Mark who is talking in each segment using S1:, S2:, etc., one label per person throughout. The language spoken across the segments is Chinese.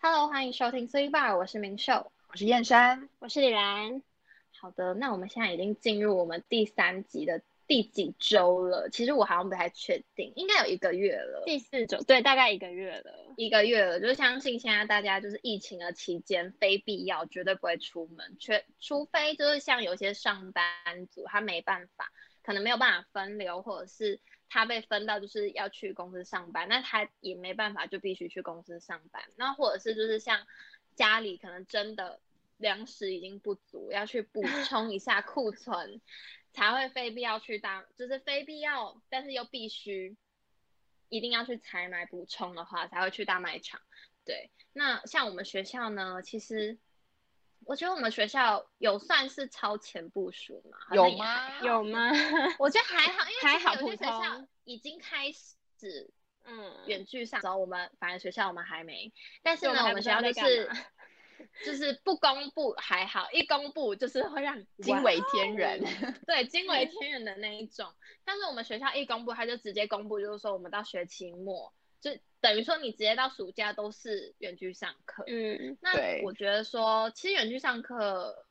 S1: Hello，欢迎收听 C Bar，我是明秀，
S2: 我是燕山，
S3: 我是李然。
S1: 好的，那我们现在已经进入我们第三集的第几周了？其实我好像不太确定，应该有一个月了，
S3: 第四周，对，大概一个月了。
S1: 一个月了。就是相信现在大家就是疫情的期间，非必要绝对不会出门，却除非就是像有些上班族他没办法，可能没有办法分流，或者是他被分到就是要去公司上班，那他也没办法，就必须去公司上班。那或者是就是像家里可能真的。粮食已经不足，要去 补充一下库存，才会非必要去当，就是非必要，但是又必须一定要去采买补充的话，才会去大卖场。对，那像我们学校呢，其实我觉得我们学校有算是超前部署嘛？
S2: 有吗？
S3: 有吗？
S1: 我觉得还好，因为
S3: 还好
S1: 有些学校
S3: 普通
S1: 已经开始
S3: 嗯，
S1: 远距上，然后我们反正学校我们还没，但是
S3: 所以
S1: 呢，
S3: 我
S1: 我
S3: 们
S1: 们
S3: 还不
S1: 学
S3: 知
S1: 校
S3: 道
S1: 就
S3: 在
S1: 是
S3: 干嘛
S1: 就是不公布还好，一公布就是会让你哦
S2: 惊为天人，
S1: 对惊为天人的那一种。但是我们学校一公布，他就直接公布，就是说我们到学期末，就等于说你直接到暑假都是远距上课。
S3: 嗯，
S1: 那
S2: 对
S1: 我觉得说，其实远距上课，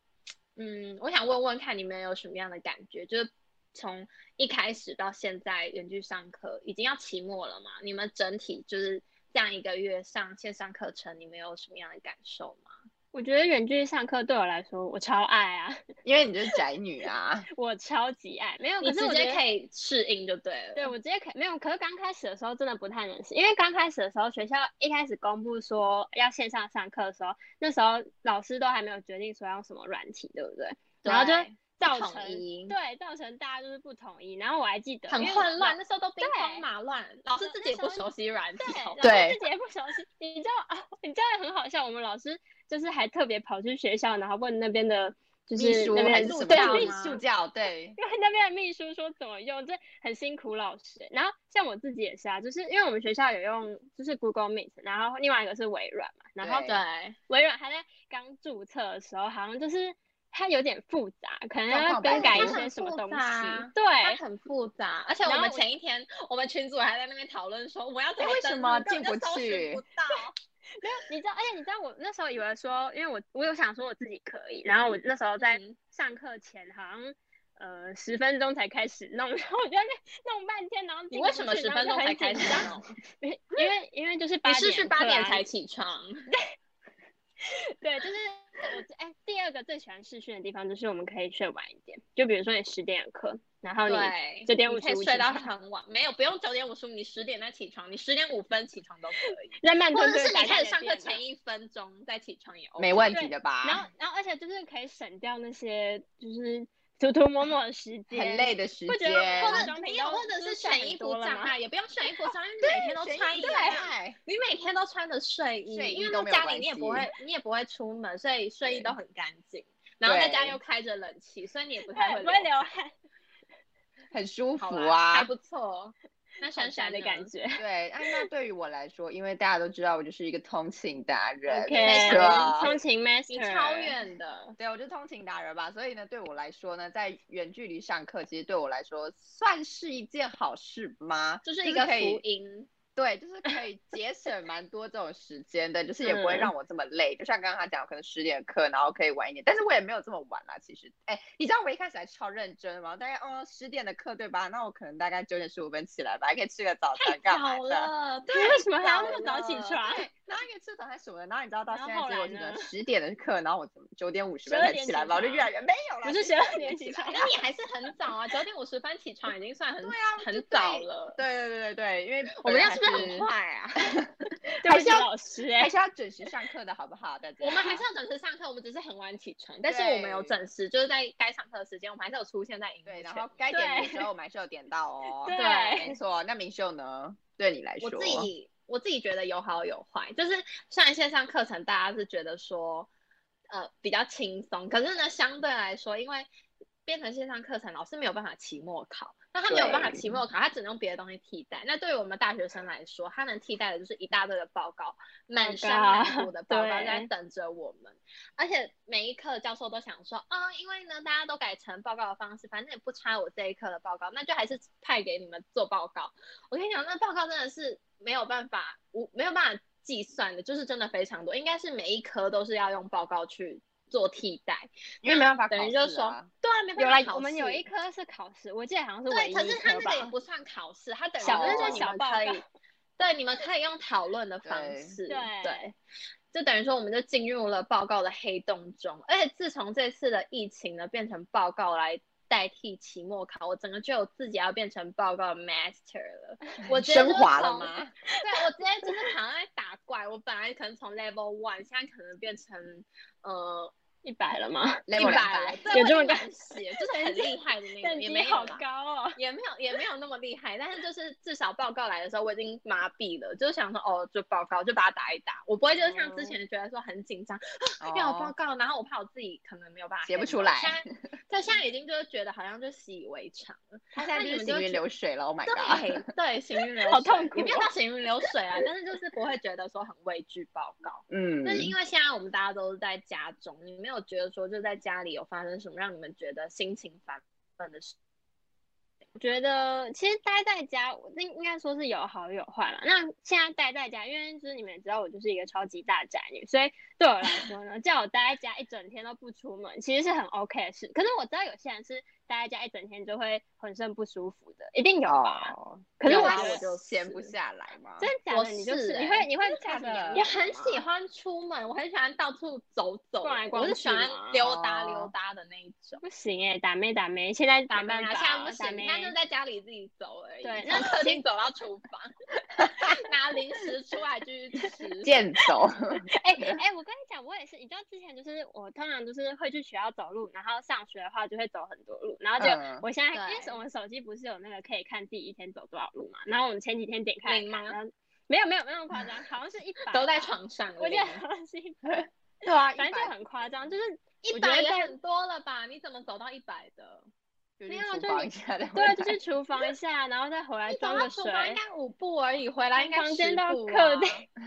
S1: 嗯，我想问问看你们有什么样的感觉？就是从一开始到现在远距上课，已经要期末了嘛？你们整体就是这样一个月上线上课程，你们有什么样的感受吗？
S3: 我觉得远距上课对我来说，我超爱啊，
S2: 因为你就是宅女啊，
S3: 我超级爱。没有，
S1: 你
S3: 可是
S1: 直
S3: 我觉
S1: 接
S3: 得
S1: 可以适应就对了。
S3: 对，我直接可没有，可是刚开始的时候真的不太能适应，因为刚开始的时候，学校一开始公布说要线上上课的时候，那时候老师都还没有决定说要用什么软体，对不对？然后就
S1: 对
S3: 造
S1: 不统
S3: 成
S1: 一
S3: 对造成大家就是不统一，然后我还记得
S1: 很
S3: 因为
S1: 混乱，
S3: 老
S1: 那时候都兵荒
S3: 对
S1: 马乱，老师自己也不熟悉软体哦好
S3: 对，老
S1: 不
S3: 师
S1: 好
S2: 对
S3: 自己也不熟悉，你知道 啊？你知道很好笑，我们老师就是还特别跑去学校，然后问那边的，就是
S2: 秘书
S3: 那
S2: 还
S3: 边
S2: 是
S3: 的
S2: 什么
S3: 对
S1: 教
S3: 秘
S2: 助
S1: 吗
S2: 助教？对，
S3: 因为那边的秘书说怎么用，这很辛苦老师。然后像我自己也是啊，就是因为我们学校有用就是 Google Meet，然后另外一个是微软嘛，然后
S2: 对
S1: 对，
S3: 微软它在刚注册的时候，好像就是它有点复杂，可能
S2: 状
S3: 要
S2: 况
S3: 更
S2: 版
S3: 改一
S2: 它
S3: 些
S1: 很
S3: 什么
S1: 复
S3: 东西
S1: 杂。
S3: 对，
S1: 它很复杂，而且我
S3: 哎然后
S1: 们
S3: 我
S1: 前一天我们群主还在那边讨论说我要怎么
S2: 为什
S1: 登录
S2: 么
S1: 根本
S2: 进
S1: 就
S2: 不
S1: 搜寻
S2: 去
S1: 不到，
S3: 你知道，而且你知道我那时候以为说，因为我我有想说我自己可以，然后我那时候在
S1: 嗯
S3: 上课前好像。呃，十分钟才开始弄， 然后我就在那边弄半天，然后
S1: 你为什么十分钟才开始
S3: 弄？
S1: 弄？
S3: 因为 因为因为就是八
S1: 你
S3: 点
S1: 是不是 八
S3: 课
S1: 点
S3: 啊
S1: 才起床？
S3: 对，就是我最哎、第二个最喜欢试训的地方就是我们可以睡晚一点，就比如说你十点有课，然后你
S1: 对，
S3: 9:55
S1: 你可以
S3: 起
S1: 睡到
S3: 床
S1: 很晚，没有不用九点五十五，你十点再起床，你十点五分起床都可以。
S3: 在慢
S1: 或
S3: 吞
S1: 者
S3: 吞
S1: 是
S3: 地打
S1: 你
S3: 开
S1: 可
S3: 你
S1: 以
S3: 的
S1: 上课
S3: 电脑
S1: 前一分钟再起床也 OK。
S2: 没问题的吧？
S3: 然后然后而且就是可以省掉那些就是涂涂抹抹的时间，
S2: 很累的时
S3: 不觉得
S2: 间
S1: 或，
S3: 化
S1: 者
S3: 妆品
S1: 你有，
S3: 都
S1: 或者是
S3: 都
S1: 选衣
S3: 很
S1: 服
S3: 多了
S1: 障
S3: 吗
S1: 碍，也不用选衣服障碍，因为你每天都穿一
S2: 对
S1: 样。啊你每天都穿着睡衣，
S2: 睡衣
S1: 因为在
S2: 都没有
S1: 家里
S2: 关
S1: 你也不
S2: 系
S1: 会，你也不会出门，所以睡衣
S2: 对
S1: 都很干净。然后在家
S2: 对
S1: 又开着冷气，所以你也不
S3: 不
S1: 太会
S3: 哎会不会流汗，
S2: 很舒服
S1: 好啦还
S2: 啊。
S1: 不错。哦那闪
S3: 闪闪
S1: 闪
S3: 的感，觉。
S2: 对，哎，那对于我来说，因为大家都知道我就是一个通勤达人
S1: 非
S2: 是
S1: 常
S2: 吧
S3: 通勤 master，
S1: 啊你超远的，
S2: 对，我就通勤达人吧，所以呢，对我来说呢，在远距离上课，其实对我来说算是一件好事吗？
S1: 就是一个
S2: 可以
S1: 福音。
S2: 对，就是可以节省蛮多这种时间的，就是也不会
S3: 嗯
S2: 让我这么累。就像刚刚他讲，可能十点课，然后可以晚一点，但是我也没有这么晚啦。其实，哎，你知道我一开始还超认真嘛，大概哦十点的课对吧？那我可能大概九点十五分起来吧，还可以吃个早餐干嘛
S1: 早
S2: 的。
S1: 了，对
S3: 你， 为什么还要那么
S1: 早
S3: 早起
S1: 了
S3: 床？
S2: 对，然后还可以吃早餐什么的，然后你知道到
S3: 然
S2: 现
S3: 后
S2: 在
S3: 后
S2: 结果
S3: 来
S2: 是
S3: 呢
S2: 十点的课，然后我怎么九点五十分
S3: 12
S2: 才
S3: 点起
S2: 起来吧，我就越来越没有了，
S3: 不是
S2: 12
S3: 12点起
S2: 来
S3: 来
S1: 那你还是很早啊，九点五十分起床已经算很
S2: 对啊就
S1: 很
S2: 对
S1: 早了。
S2: 对对对对 对，因为
S1: 我
S2: 本
S1: 们
S2: 来
S1: 这样是不
S2: 还
S1: 是很快啊？
S3: 对不
S2: 还是
S3: 起
S2: 要
S3: 老师、
S2: 还
S3: 哎，
S2: 是要准时上课的好不好？大家
S1: 我们还是要准时上课，我们只是很晚起床，但是我们有
S2: 对
S1: 准时，就是在该上课的时间，我们还是有出现在荧幕前。
S2: 对，然后该点名的
S3: 对
S2: 时候我们还是有点到 哦。
S3: 对
S2: 没错。那明秀呢？对你来
S1: 我
S2: 说，
S1: 自己我自己觉得有好有坏，就是虽然线上课程大家是觉得说，呃比较轻松，可是呢相对来说，因为变成线上课程，老师没有办法期末考，那他没有办法
S2: 对
S1: 期末考，他只能用别的东西替代。那对于我们大学生来说，他能替代的就是一大堆的报告，满山满谷 的报告
S3: 对
S1: 在等着我们，而且每一课教授都想说，啊、因为呢大家都改成报告的方式，反正也不差我这一课的报告，那就还是派给你们做报告。我跟你讲，那报告真的是没有办法，无没有办法计算的，就是真的非常多，应该是每一科都是要用报告去做替代，
S2: 因为没办法考
S1: 等于
S2: 试
S1: 就
S2: 啊。
S1: 是说，对啊，没
S3: 有
S1: 办
S3: 啦
S1: 法，考
S3: 我们有
S1: 试
S3: 一科是考试，我记得好像是唯
S1: 对，
S3: 一一
S1: 可是他
S3: 科
S1: 那个也
S3: 吧。
S1: 不算考试，他等于
S3: 小
S1: 是
S2: 那
S1: 说
S2: 种
S1: 你
S3: 小
S1: 们
S3: 报
S1: 可
S3: 告
S1: 以，对，你们可以用讨论的方
S2: 对
S1: 式，
S3: 对
S1: 就等于说我们就进入了报告的黑洞中。而且自从这次的疫情呢，变成报告来代替期末考，我整个就有自己要变成报告 master 了。我直接
S2: 升
S1: 就是
S2: 华了
S1: 从
S2: 吗？
S1: 对我直接就是躺在打怪，我本来可能从 level one，现在可能变成呃
S3: 一百了吗？
S1: 一
S2: level
S1: 百
S2: 200
S1: 了，对
S3: 有
S1: 我
S3: 这么
S1: 已经
S3: 高
S1: 很斜，就是很厉害的那
S3: 等
S1: 种，也
S3: 级
S1: 没有
S3: 好
S1: 啦
S3: 高哦。
S1: 也没有也没有那么厉害，但是就是至少报告来的时候，我已经麻痹了，就是想说哦，就报告就把它打一打，我不会就是像之前觉得说很紧张，哎要有报
S2: 哦，
S1: 告，然后我怕我自己可能没有办法
S2: 写不
S1: handle
S2: 出来
S1: 现 在对，现在已经就是觉得好像就习以为常了。
S2: 他现在
S1: 那
S2: 就
S1: 你
S2: 是
S1: 们
S2: 行
S1: 就
S2: 云
S1: 觉
S2: 流水了。Oh my god！
S1: 对对，行云流水，
S3: 好痛苦
S1: 也没有
S3: 哦
S1: 到行云流水啊，但是就是不会觉得说很畏惧报告。
S2: 嗯，
S1: 但是因为现在我们大家都是在家中，你没有觉得说就在家里有发生什么让你们觉得心情烦闷的事？
S3: 我觉得其实待在家，我那应该说是有好有坏啦。那现在待在家，因为就是你们也知道我就是一个超级大宅女，所以对我来说呢，叫我待在家一整天都不出门，其实是很 OK 的事。可是我知道有些人是待在家一整天就会浑身不舒服的，一定有吧？
S2: 哦，
S3: 可是
S2: 有
S3: 我
S2: 啊
S3: 觉得
S2: 我就闲不
S1: 是
S2: 下来嘛。
S3: 真的假
S1: 我
S3: 的？你就是是你
S1: 欸
S3: 会你会
S2: 假的
S3: 样
S1: 也
S2: 也
S1: 很
S2: 很
S1: 喜
S2: 喜
S1: 欢出门，我很喜欢到处走走，
S3: 逛来逛
S1: 我
S3: 去
S1: 是喜欢
S3: 嘛
S1: 溜达
S2: 哦
S1: 溜达的那一种。
S3: 不行哎、打妹打妹，现在
S1: 打
S3: 没
S1: 妹
S3: 办
S1: 啊，
S3: 法，
S1: 现在不
S3: 打
S1: 行，
S3: 妹
S1: 现在 就在家里自己走而已。
S3: 对
S1: 从 客厅走到厨房，拿零食出来继续 吃。
S2: 贱 走，
S3: 哎哎，我跟你讲，我也是，你知道之前就是我通常就是会去学校走路，然后上学的话就会走很多路，然后就、
S2: 嗯
S3: 我现在因为
S1: 对
S3: 我们手机不是有那个可以看第一天走多少路嘛，然后我们前几天点开来
S1: 零
S3: 看，
S1: 吗
S3: 然后没有没有没有那么夸张，好像是一百，
S1: 都在，床上，
S3: 我记得好像是一百，
S2: 对啊，
S3: 反正就很夸
S1: 嗯
S3: 张，就是
S1: 一
S3: 我觉
S1: 百
S3: 得
S1: 也
S3: 在
S1: 很多了吧？你怎么走到一百的？
S2: 没
S3: 有啊
S2: 有，
S3: 就
S2: 就是一下再
S3: 对啊，
S2: 回
S3: 就
S2: 来
S3: 去厨房一下，然后再回来
S1: 你
S3: 装
S1: 走到
S3: 个
S1: 厨
S3: 水，
S1: 房应该五步而已，回来应该
S3: 从房间
S1: 十
S3: 到
S1: 步
S3: 客
S1: 啊
S3: 厅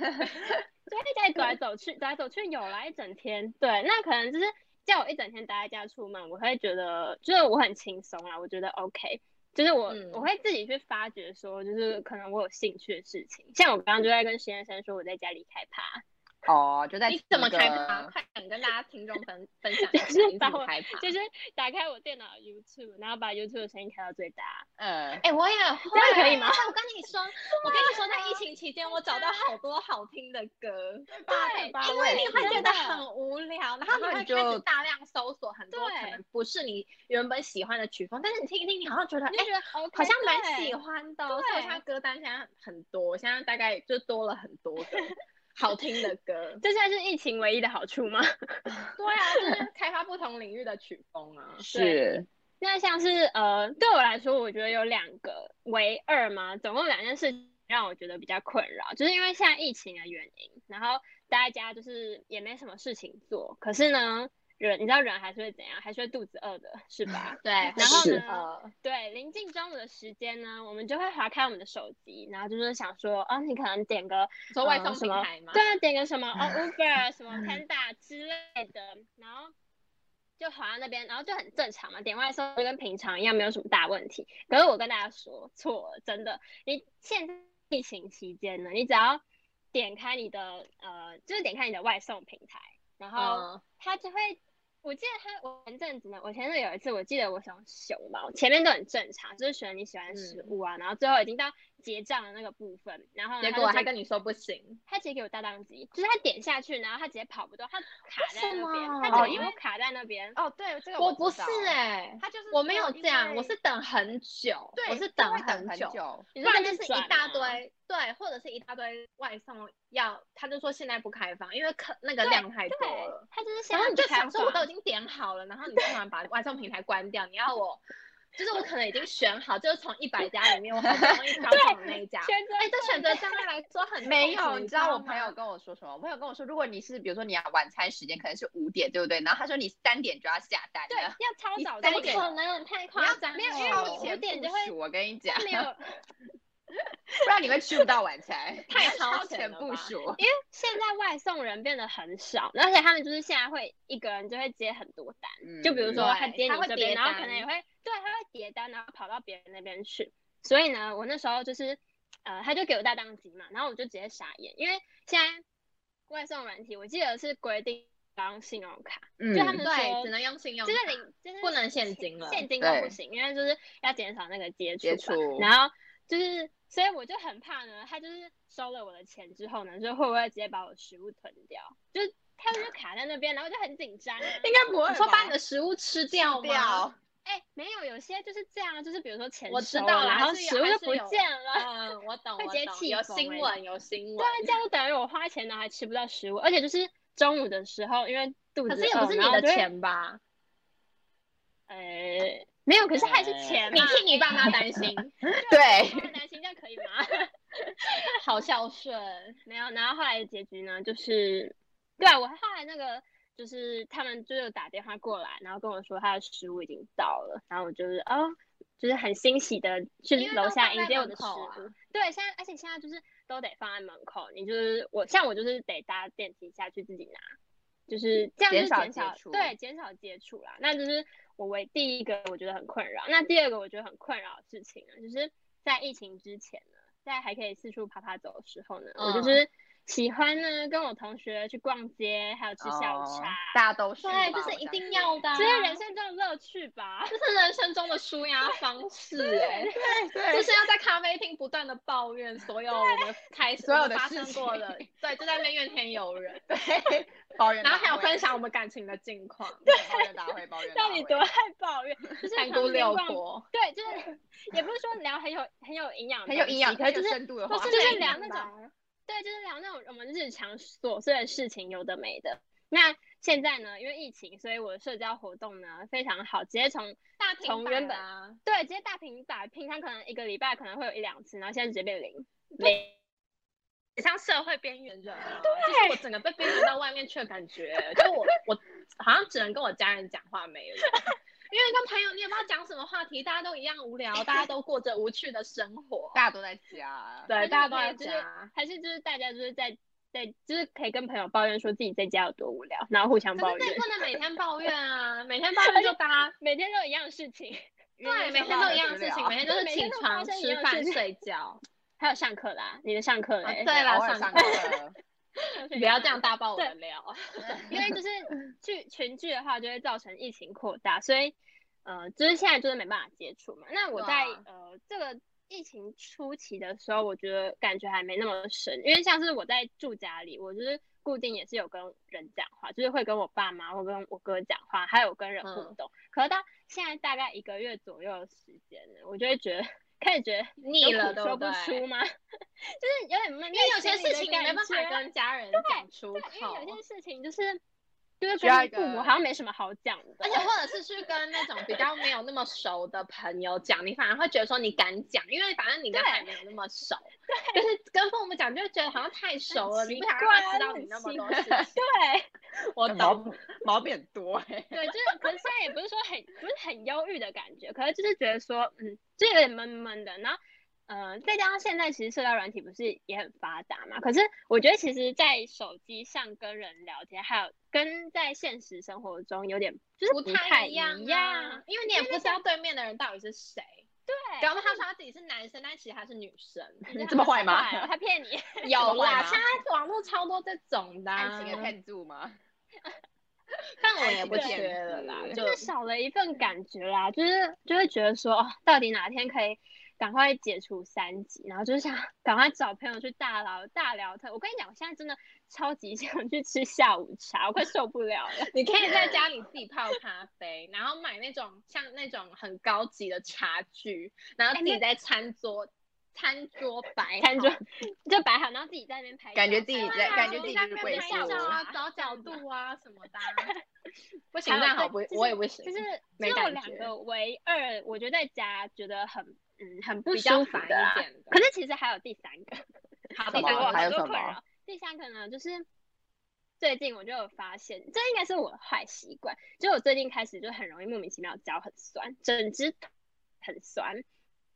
S3: 所以在家里走来走去，走来走去有啦一整天。对，那可能就是叫我一整天待在家出门，我会觉得就是我很轻松啦，我觉得 OK。就是我、
S1: 嗯
S3: 我会自己去发掘说，就是可能我有兴趣的事情。像我刚刚就在跟实验生说我在家里开趴，
S2: 哦，就在
S1: 你怎么
S2: 那
S1: 开
S2: 个
S1: 趴？快点跟大家听众分分享一下，你怎
S3: 把
S1: 么
S3: 我
S1: 开趴？
S3: 就是打开我电脑的 YouTube，然后把 YouTube 的声音开到最大。
S2: 嗯，
S1: 哎、我也会，
S3: 这样可以吗
S1: 我跟你说，我跟你说，在疫情期间，我找到好多好听的歌，
S2: 对吧
S1: 因
S2: 我
S1: 为
S2: 也
S1: 你
S2: 是
S1: 会觉得
S3: 真的
S1: 很无聊，然后
S2: 后
S1: 你会
S2: 你
S1: 开始
S2: 就
S1: 大量搜索很多可
S3: 对
S1: 能不是你原本喜欢的曲风，但是你听一听，你好像觉得，哎、
S3: 你就觉得 OK，
S1: 好像蛮
S3: 对
S1: 喜欢的哦、所以我
S3: 对
S1: 现在歌单现在很多，我现在大概就多了很多个好听的歌。
S3: 这算是疫情唯一的好处吗？
S1: 对啊，就是开发不同领域的曲风啊。？
S2: 是
S3: 那像是呃，对我来说，我觉得有两个为二嘛，总共两件事情让我觉得比较困扰，就是因为现在疫情的原因，然后大家就是也没什么事情做，可是呢，人你知道人还是会怎样，还是会肚子饿的，是吧
S1: 对，然呃
S3: 然后
S2: 是
S3: 呢，对，临近中午的时间呢，我们就会划开我们的手机，然后就是想说，啊，你可能点个
S1: 说外
S3: 嗯
S1: 送
S3: 什
S1: 平
S3: 么
S1: 台嘛，
S3: 对啊，点个 什么哦 Uber 什么 Panda 之类的，然后就滑到那边，然后就很正常嘛，点外送就跟平常一样，没有什么大问题。可是我跟大家说错了，真的，你现在疫情期间呢，你只要点开你的呃，就是点开你的外送平台，然后
S1: 嗯，
S3: 它就会。我记得他，我前阵子呢，我前阵子有一次，我记得我想熊猫，前面都很正常，就是选你喜欢的食
S1: 嗯
S3: 物啊，然后最后已经到结账的那个部分，然后呢
S1: 结
S3: 它就
S1: 果
S3: 直接
S1: 他跟你说不行，
S3: 他直接给我大宕机，就是他点下去，然后他直接跑不动，他卡在那
S1: 为什么
S3: 边，他
S2: 哦
S3: 只
S2: 因
S3: 因
S2: 为
S3: 为卡在那边。
S2: 哦，对，这个
S1: 我
S2: 知
S1: 不是
S2: 道啊
S1: 哎、
S2: 他就是
S1: 我没有
S2: 说因
S1: 这样，我
S2: 为
S1: 是等很久，
S2: 对，
S1: 我是
S2: 就
S1: 等
S2: 会等
S1: 久，
S2: 久，
S3: 你
S1: 不然就
S3: 跟
S1: 是
S3: 转啊
S1: 一大
S3: 吗，
S1: 堆对，或者是一大堆外送要，他就说现在不开放，因为客那个
S3: 对
S1: 量太多
S3: 对
S1: 了，。
S3: 他就是现
S1: 然后
S3: 在
S1: 你就
S3: 不开
S1: 想说，我都已
S3: 放，
S1: 经点好了，然后你突然把外送平台关掉，你要我，就是我可能已经选好，就是从一百家里面，我好不容易挑中的那一家。
S3: 选择
S1: 哎，这选择障碍来说很
S2: 没
S1: 痛苦
S2: 有，
S1: 你
S2: 你知道我
S1: 吗
S2: 朋友跟我说什么？我朋友跟我说，如果你是比如说你要晚餐时间可能是五点，对不对？然后他说你三点就要下单
S3: 对，
S2: 了，
S3: 要超
S2: 你
S3: 早
S2: 三
S3: 的
S1: 不
S2: 点
S1: 可能太
S2: 你
S1: 夸张了，
S2: 要没有，因
S3: 因为
S2: 为
S3: 你
S2: 你
S3: 五点就会
S2: 会，我跟你讲
S3: 他，没有，
S2: 不然你会吃不到 晚餐，
S1: 太
S2: 你要
S1: 超
S2: 超
S1: 前
S2: 前
S1: 了
S2: 部
S1: 吧
S2: 署。
S3: 因为现在外送人变得很少，而且他们就是现在会一个人就会接很多单，
S2: 嗯
S3: 就比如说他
S1: 嗯对
S3: 接
S1: 他
S3: 你
S1: 会啊
S3: 这边，
S1: 叠
S3: 然后
S1: 单
S3: 可能也会对，他会叠单，然后跑到别人那边去。所以呢，我那时候就是呃，他就给我大当机嘛，然后我就直接傻眼，因为现在外送软体我记得是规定要用信用卡，
S2: 嗯
S3: 就他们
S1: 对，
S3: 说
S1: 只能用信用
S3: 就
S1: 卡，
S3: 是零，就是
S1: 不能现
S3: 钱
S1: 金了
S3: 现金都
S2: 对
S3: 不行，因为就是要减少那个接触
S2: 接
S3: 吧。
S2: 触
S3: 然后就是，所以我就很怕呢，他就是收了我的钱之后呢，就会不会直接把我食物吞掉？就是他们就卡在那边，然后就很紧张、啊。
S2: 应该不会吧。
S1: 你说把你的食物吃掉
S2: 吃
S1: 吗？
S2: 掉，
S3: 哎、没有，有些就是这样，啊就是比如说钱
S1: 我
S3: 收
S1: 知道
S3: 了
S1: 了
S3: 然后
S1: 还是有
S3: 食物
S1: 还
S3: 就是不
S1: 有
S3: 见了。
S1: 嗯，我懂，
S3: 会
S1: 我
S3: 直接
S1: 懂，
S3: 气
S1: 有
S3: 疯
S1: 新
S3: 欸
S1: 闻，有新闻
S3: 对啊。，这样就等于我花钱了还吃不到食物，而且就是中午的时候，因为肚
S1: 可
S3: 子饿，
S1: 是也不是你
S3: 啊嗯然后
S1: 的
S3: 就会，
S1: 钱吧？
S3: 呃、没有，可是还哎是
S2: 呃
S3: 钱
S1: 你
S3: 嘛，
S1: 替你爸妈担心，
S2: 对，
S3: 我很担心这样可以吗？
S1: 好孝 顺。
S3: 没有，然后后来的结局呢，就是对啊我后来那个就是他们就有打电话过来，然后跟我说他的食物已经到了，然后我就是哦，就是很欣喜的去
S1: 因为
S3: 楼
S1: 都
S3: 下
S1: 放
S3: 迎
S1: 在
S3: 接我
S1: 门
S3: 的食物。
S1: 口啊
S3: 对，现在而且现在就是都得放在门口，你就是我像我就是得搭电梯下去自己拿，就是这样就
S2: 减
S3: 是
S2: 少
S3: 减
S2: 接
S3: 少
S2: 触
S3: 对减少接触啦。那就是我为第一个我觉得很困扰，那第二个我觉得很困扰的事情呢，就是在疫情之前呢，在还可以四处爬爬走的时候呢，我
S1: 嗯
S3: 就是喜欢呢跟我同学去逛街，还有吃下午
S2: 哦
S3: 茶，
S2: 大家都是吧，
S1: 对，这
S2: 我
S1: 是一
S2: 相
S1: 定
S2: 信
S1: 要的啊，
S3: 这是人生中的乐趣 吧。
S1: 这是人生中的舒压方式哎、
S2: 对
S1: 就
S2: 对，
S1: 是要在咖啡厅不断的抱怨所有我们开始
S2: 所有的
S1: 我们发
S2: 事
S1: 生
S2: 情
S1: 过的，对，就在那边怨天尤人，
S2: 对，抱怨
S1: 然后
S2: 大
S1: 还有
S2: 会
S1: 分享我们感情的近况，
S2: 对抱怨大会，抱怨大
S3: 到
S2: 会
S3: 底多爱抱怨，
S2: 欸
S3: 就是
S1: 三
S3: 旁
S1: 姑
S3: 边
S1: 六
S3: 逛
S1: 婆，
S3: 对，就是也不是说聊很有很有营养的东
S2: 很
S3: 西，
S2: 有营养，
S3: 可是
S2: 很
S3: 就
S2: 有
S3: 是
S2: 深度的
S3: 都
S2: 话
S3: 是
S2: 题，
S3: 就是
S1: 对
S3: 聊那
S1: 明
S3: 种，对，就是聊那种我们日常琐碎的事情，有的没的。那现在呢，因为疫情，所以我的社交活动呢非常好，直接从
S1: 大
S3: 从原本
S1: 啊，
S3: 对直接大平板，平常可能一个礼拜可能会有一两次，然后现在直接变零。
S1: 很像社会边缘人啊，就是我整个被边缘到外面去的感觉，就我我好像只能跟我家人讲话没了。因为跟朋友你也不知道讲什么话题，大家都一样无聊，大家都过着无趣的生活。
S2: 大家都在家，
S1: 对，
S3: 那
S1: 大家
S3: 你
S1: 都在
S3: 可以就是
S1: 家，
S3: 还是就是大家就是在在就是可以跟朋友抱怨说自己在家有多无聊，然后互相
S1: 可是
S3: 抱
S1: 这
S3: 怨
S1: 也，不能每天抱怨啊，每天抱怨就大 家
S3: 每天都有一样的事情，
S1: 对，每天都一样的事情，每天都是
S3: 每
S1: 起
S3: 天都
S1: 床、
S3: 发生一
S1: 吃
S3: 样的
S1: 饭、
S3: 事情
S1: 睡 觉。
S3: 还有上课啦，你的上课
S1: 啊
S3: 嘞？
S1: 对啦
S2: 偶尔
S1: 上
S2: 上
S1: 课
S2: 课，
S1: 不要这样大爆我
S3: 对
S1: 的料，
S3: 因为就是聚群聚的话，就会造成疫情扩大，所以呃，就是现在就是没办法接触嘛。那我
S1: 对
S3: 在、
S1: 啊
S3: 呃这个疫情初期的时候，我觉得感觉还没那么深，因为像是我在住家里，我就是固定也是有跟人讲话，就是会跟我爸妈或跟我哥讲话，还有跟人互
S1: 嗯
S3: 动。可是到现在大概一个月左右的时间了，我就会觉得开始觉得
S1: 腻
S3: 有
S1: 了，
S3: 苦
S1: 对
S3: 说
S1: 不
S3: 不
S1: 对
S3: 出？吗？ 就是有点闷，
S1: 因为有些事情你没办法
S3: 跟。
S1: 跟家人讲出
S3: 对，因为有
S1: 口
S3: 些，事情就是就是
S2: 需要一
S3: 跟父母
S2: 个
S3: 好像没什么好讲的，
S1: 而且或者是去跟那种比较没有那么熟的朋友讲，你反而会觉得说你敢讲，因为反正你跟
S3: 对
S1: 他也没有那么 熟。但是跟父母讲，就会觉得好像太熟了，
S3: 很奇
S1: 你不想让他
S3: 怪
S1: 知道
S3: 很
S1: 你那么
S3: 奇
S1: 多
S3: 怪
S1: 事 情。
S3: 对
S1: 我
S2: 毛
S1: 懂，
S2: 毛病很多哎，
S3: 对，就是可是现在也不是说很不是很忧郁的感觉，可是就是觉得说嗯，就有点闷闷的，然后。呃，再加上现在其实社交软体不是也很发达嘛，可是我觉得其实，在手机上跟人聊天，还有跟在现实生活中有点就是
S1: 不
S3: 太
S1: 太一样
S3: 一
S1: 啊
S3: 样，，
S1: 因为你也不知道对面的人到底是谁。
S3: 对，嗯
S1: 搞不好他说他自己是男生，但其实他是女生。
S3: 你
S2: 这么坏吗
S3: 他骗你，
S1: 有啦，
S2: 这么坏吗
S1: 现在网络超多这种的、
S2: 爱
S1: 啊
S2: 情，的骗住吗？
S1: 但我也不
S2: 对
S1: 缺了啦， 就
S3: 就是少了一份感觉啦，就是就会觉得说，哦，到底哪天可以赶快解除三级，然后就是想 赶快找朋友去大聊大聊特。我跟你讲，我现在真的超级想去吃下午茶，我快受不了 了。
S1: 你可以在家里自己泡咖啡，然后买那种像那种很高级的茶具，然后自己在餐桌餐桌摆
S3: 餐桌
S1: 好
S3: 就摆好，然后自己在那边拍照，哎
S2: 感觉自己
S1: 对
S2: 在
S1: 啊
S2: 感觉自
S1: 自己
S2: 己就是
S1: 在那
S2: 贵
S1: 边
S2: 妇
S1: 拍照啊，
S3: 族
S1: 找角度啊什么的啊、不行，
S3: 还有
S1: 这样好
S3: 对
S1: 不
S3: 就，是
S1: 我也不行，
S3: 就是
S1: 没
S3: 只有
S1: 感
S3: 两
S1: 觉
S3: 个唯二，我觉得在家觉得很嗯很不
S1: 比较
S3: 舒服
S1: 烦
S3: 的啊
S1: 一。点的。
S3: 可是其实还有第三个，
S1: 好，
S2: 什
S1: 第三
S3: 第三
S2: 么
S3: 个
S1: 个
S3: 我
S2: 还
S3: 好
S2: 有
S3: 多
S2: 什
S3: 困
S2: 么
S3: 扰。第三个呢，就是最近我就有发现，这应该是我的坏习惯，就我最近开始就很容易莫名其妙脚很酸，整只腿很酸。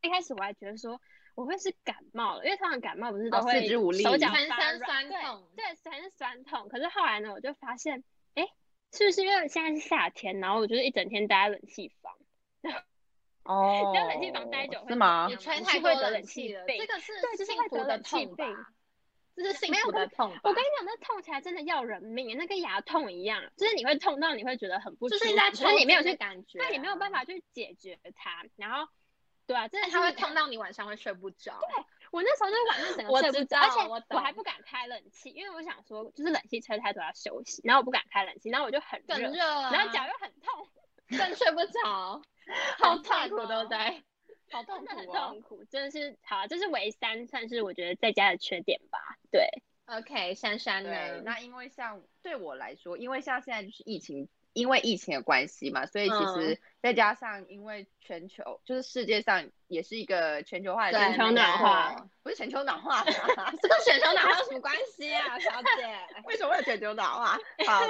S3: 一开始我还觉得说我会是感冒了，因为通常感冒不是都
S2: 哦
S3: 会
S2: 四肢无力
S3: 手脚
S1: 全
S3: 发
S1: 身
S3: 软
S1: 酸
S3: 对
S1: 痛
S3: 对，全身酸痛。可是后来呢，我就发现，哎，是不是因为现在是夏天，然后我就是一整天待在冷气房，
S2: 哦，
S3: 只要冷气房待久会
S2: 是吗
S1: 你？吹
S3: 你
S1: 太
S3: 是
S1: 多
S3: 会得冷
S1: 气
S3: 气
S1: 了，
S3: 病
S1: 这个是
S3: 对就是
S1: 幸
S3: 会
S1: 福
S3: 得
S1: 的
S3: 冷气
S1: 痛吧
S3: 病？
S1: 这是幸
S3: 没有
S1: 福
S3: 可
S1: 的
S3: 是
S1: 痛吧？
S3: 我跟你讲，那痛起来真的要人命，那跟牙痛一样，就是你会痛到你会觉得很不舒
S1: 就
S3: 服，
S1: 是在
S3: 可
S1: 抽
S3: 是你没有
S1: 筋的
S3: 去
S1: 感觉，啊
S3: 但你没有办，法去解决它。然后，对啊，真的
S1: 但它会
S3: 是
S1: 痛。到你晚上会睡不着。
S3: 我那时候就是晚上整
S1: 我
S3: 个睡
S1: 知
S3: 不着，而
S1: 道
S3: 且
S1: 我
S3: 我还
S1: 懂
S3: 不敢开冷气，因为我想说，就是冷气吹太多要休息，然后我不敢开冷气，然后我就很热，
S1: 更热啊、
S3: 然后脚又很痛，
S1: 更睡不 着，好痛
S3: 惨
S1: 苦
S3: 哦
S1: 都 在。
S2: 好
S3: 真的很
S1: 啊
S2: 哦！
S3: 痛苦，真的是好啊，这是唯三算是我觉得在家的缺点吧。对，
S1: OK，珊珊
S2: 对，
S1: 呢？
S2: 那因为像对我来说，因为像现在就是疫情，因为疫情的关系嘛，所以其实再加上因为全球就是世界上也是一个全球化的
S1: 对
S2: 现
S3: 全球
S2: 象
S3: 暖
S2: 然后
S3: 化
S2: 不是全球暖化，
S1: 这跟选手哪有什么关系啊，小姐？
S2: 为什么会有全球暖化？好，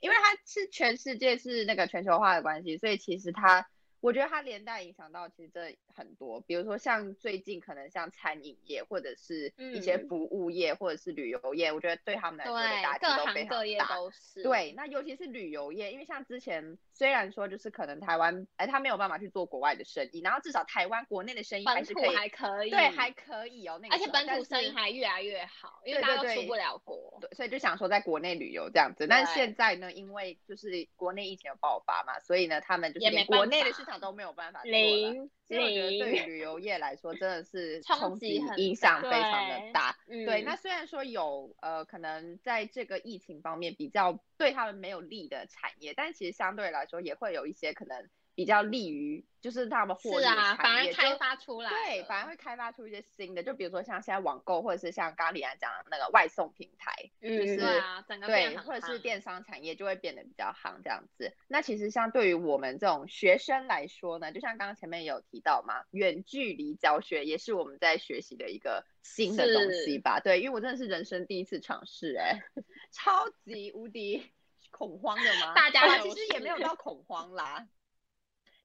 S2: 因为它是全世界是那个全球化的关系，所以其实它，我觉得它连带影响到其实这很多，比如说像最近可能像餐饮业或者是一些
S3: 嗯
S2: 服务业或者是旅游业，我觉得对他们来说的打
S1: 对，
S2: 击
S1: 各
S2: 都非
S1: 行
S2: 常大
S1: 各。业都是。
S2: 对，那尤其是旅游业，因为像之前虽然说就是可能台湾，哎，他没有办法去做国外的生意，然后至少台湾国内的生意还
S1: 本
S2: 是
S1: 土
S2: 可以，
S1: 还可以，
S2: 对，还可以哦，那个
S1: 而且
S2: 时候
S1: 本
S2: 但
S1: 土生意
S2: 是
S1: 还越来越好，因为
S2: 对
S1: 大家
S2: 对
S1: 都出
S2: 对
S1: 不了国。
S2: 对，所以就想说在国内旅游这样子。但
S1: 对
S2: 是现在呢，因为就是国内疫情的爆发嘛，所以呢，他们就是
S1: 也没
S2: 连
S1: 办
S2: 国内的
S1: 法
S2: 市场都没有 办法做了。
S3: 零
S2: 所以我觉得对于
S3: 零，
S2: 旅游业来说，真的是
S1: 冲击
S2: 击
S1: 很
S2: 影
S1: 大
S2: 响非常的
S3: 对
S2: 大。对，
S3: 嗯
S2: 那虽然说有呃，可能在这个疫情方面比较对他们没有利的产业，但其实相对来说也会有一些可能比较利于就是他们获利
S1: 是
S2: 的
S1: 啊，反
S2: 产
S1: 而
S2: 业，
S1: 开
S2: 就
S1: 发出来了，嗯
S2: 对，反而会开发出一些新的，就比如说像现在网购，或者是像刚刚李安讲的那个外送平台，
S3: 嗯
S2: 是
S1: 对啊，整个变
S2: 对，
S1: 很
S2: 或者是
S1: 夯
S2: 电商产业就会变得比较夯这样子。那其实像对于我们这种学生来说呢，就像刚刚前面有提到嘛，远距离教学也是我们在学习的一个新的东西
S1: 是
S2: 吧？对，因为我真的是人生第一次尝试、哎， 超级无敌恐慌的吗？
S1: 大家
S2: 好啦
S1: 都
S2: 其实也没有
S1: 是
S2: 到恐慌啦。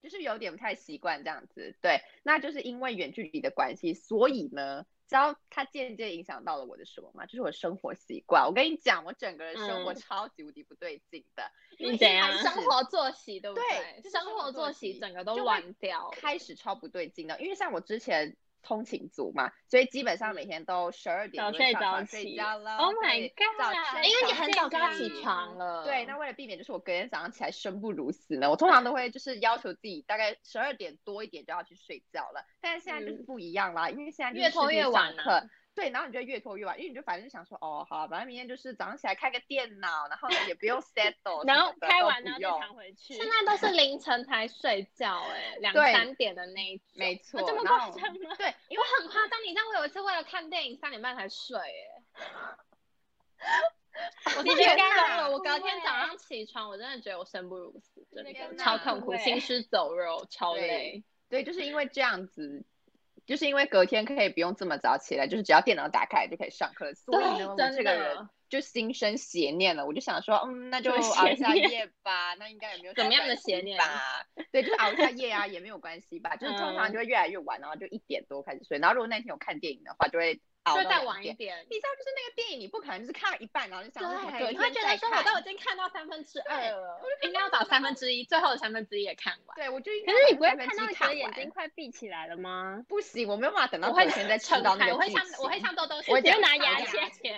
S2: 就是有点不太习惯这样子，对，那就是因为远距离的关系，所以呢，知道它间接影响到了我的什么吗？就是我的生活习惯。我跟你讲，我整个人生活
S3: 嗯
S2: 超级无敌不对劲的，因为
S3: 你
S2: 一
S3: 怎
S2: 开
S3: 样
S2: 始？
S1: 生活作息对不
S2: 对就是
S1: 生
S2: 生
S1: 活
S2: 活作
S1: 作息
S2: 息
S1: 整个都
S2: 就会
S1: 乱掉了，
S2: 开始超不对劲的，因为像我之前通勤族嘛，所以基本上每天都十二点
S3: 嗯早
S2: 就会
S3: 睡
S2: 上
S3: 早
S2: 床睡
S3: 起
S2: 觉了。
S3: Oh my
S2: 对
S3: god，
S2: 早睡
S1: 因为你
S2: 早
S1: 很
S2: 起
S1: 早就要
S3: 起
S1: 起床
S3: 嗯
S1: 了，
S2: 对，那为了避免就是我隔天早上起来生不如死呢，我通常都会就是要求自己大概十二点多一点就要去睡觉了。但是现在
S3: 嗯
S2: 就是不一样啦，因为现在就是
S1: 越拖
S2: 实体
S1: 越
S2: 上
S1: 晚
S2: 课，
S1: 啊
S2: 对，然后你就越拖越晚，因为你就反正想说哦，好，反正明天就是早上起来开个电脑，然后呢也不 用 settle，
S3: 然
S2: 什
S3: 后
S2: 么的
S3: 开
S2: 都
S3: 完
S2: 不
S3: 然后
S2: 用
S3: 再躺回去
S1: 现，在都是凌晨才睡觉、哎，两
S2: 对
S1: 三点的那一种。
S2: 没错
S3: 我，这么
S2: 然
S3: 夸
S2: 后
S3: 张吗？
S2: 对，因为
S1: 我很夸张，你知道我有一次为了看电影三点半才睡、哎，我是
S2: 你
S1: 觉
S2: 天
S1: 得
S2: 哪
S1: 了，我隔
S3: 不
S1: 天
S3: 会
S1: 早上起床，我真的觉得我生不如死，真
S3: 天
S1: 的
S3: 哪
S1: 超痛苦，
S3: 不会
S1: 行尸走肉，超
S2: 对
S1: 累。
S2: 对，就是因为这样子。就是因为隔天可以不用这么早起来，就是只要电脑打开就可以上课，所以
S1: 对
S2: 呢，我
S1: 真
S2: 这个
S1: 的
S2: 人就心生邪念了，我就想说，嗯，那就
S3: 么
S2: 熬
S3: 邪
S2: 一下
S3: 念
S2: 夜吧，那应该也没有
S1: 怎
S2: 什
S1: 么样的
S2: 关
S1: 邪
S2: 系
S1: 念
S2: 吧？对，就是熬一下夜啊，也没有关系吧。就是通常
S3: 嗯
S2: 就会越来越晚，然后就一点多开始睡，然后如果那天有看电影的话，就会熬
S1: 就
S2: 到
S1: 再
S2: 两
S1: 晚一
S2: 点。
S1: 点。
S2: 你知道，就是那个电影，你不可能就是看到一半，然后就想说我隔
S1: 对，你会
S2: 天
S1: 觉得
S2: 再
S1: 说
S2: 看。
S1: 我都已经看到三分之二了，应该要把三分之一最后的三分之一也看完。
S2: 对，我就应
S3: 可
S2: 该
S3: 是
S2: 把
S3: 你不会
S2: 那三
S3: 看
S2: 分之
S3: 到你
S2: 一看
S3: 的眼
S2: 完
S3: 睛快闭起来了吗？
S2: 不行，我没有办法等到
S1: 我会
S2: 隔天再吃
S1: 撑
S2: 到那
S1: 开，
S2: 个
S1: 我会
S2: 剧
S1: 像我会
S2: 情
S1: 像豆豆
S2: 我
S1: 雪
S2: 会
S1: 茄
S2: 讲
S1: 拿
S2: 我
S1: 牙
S2: 会 讲
S1: 签，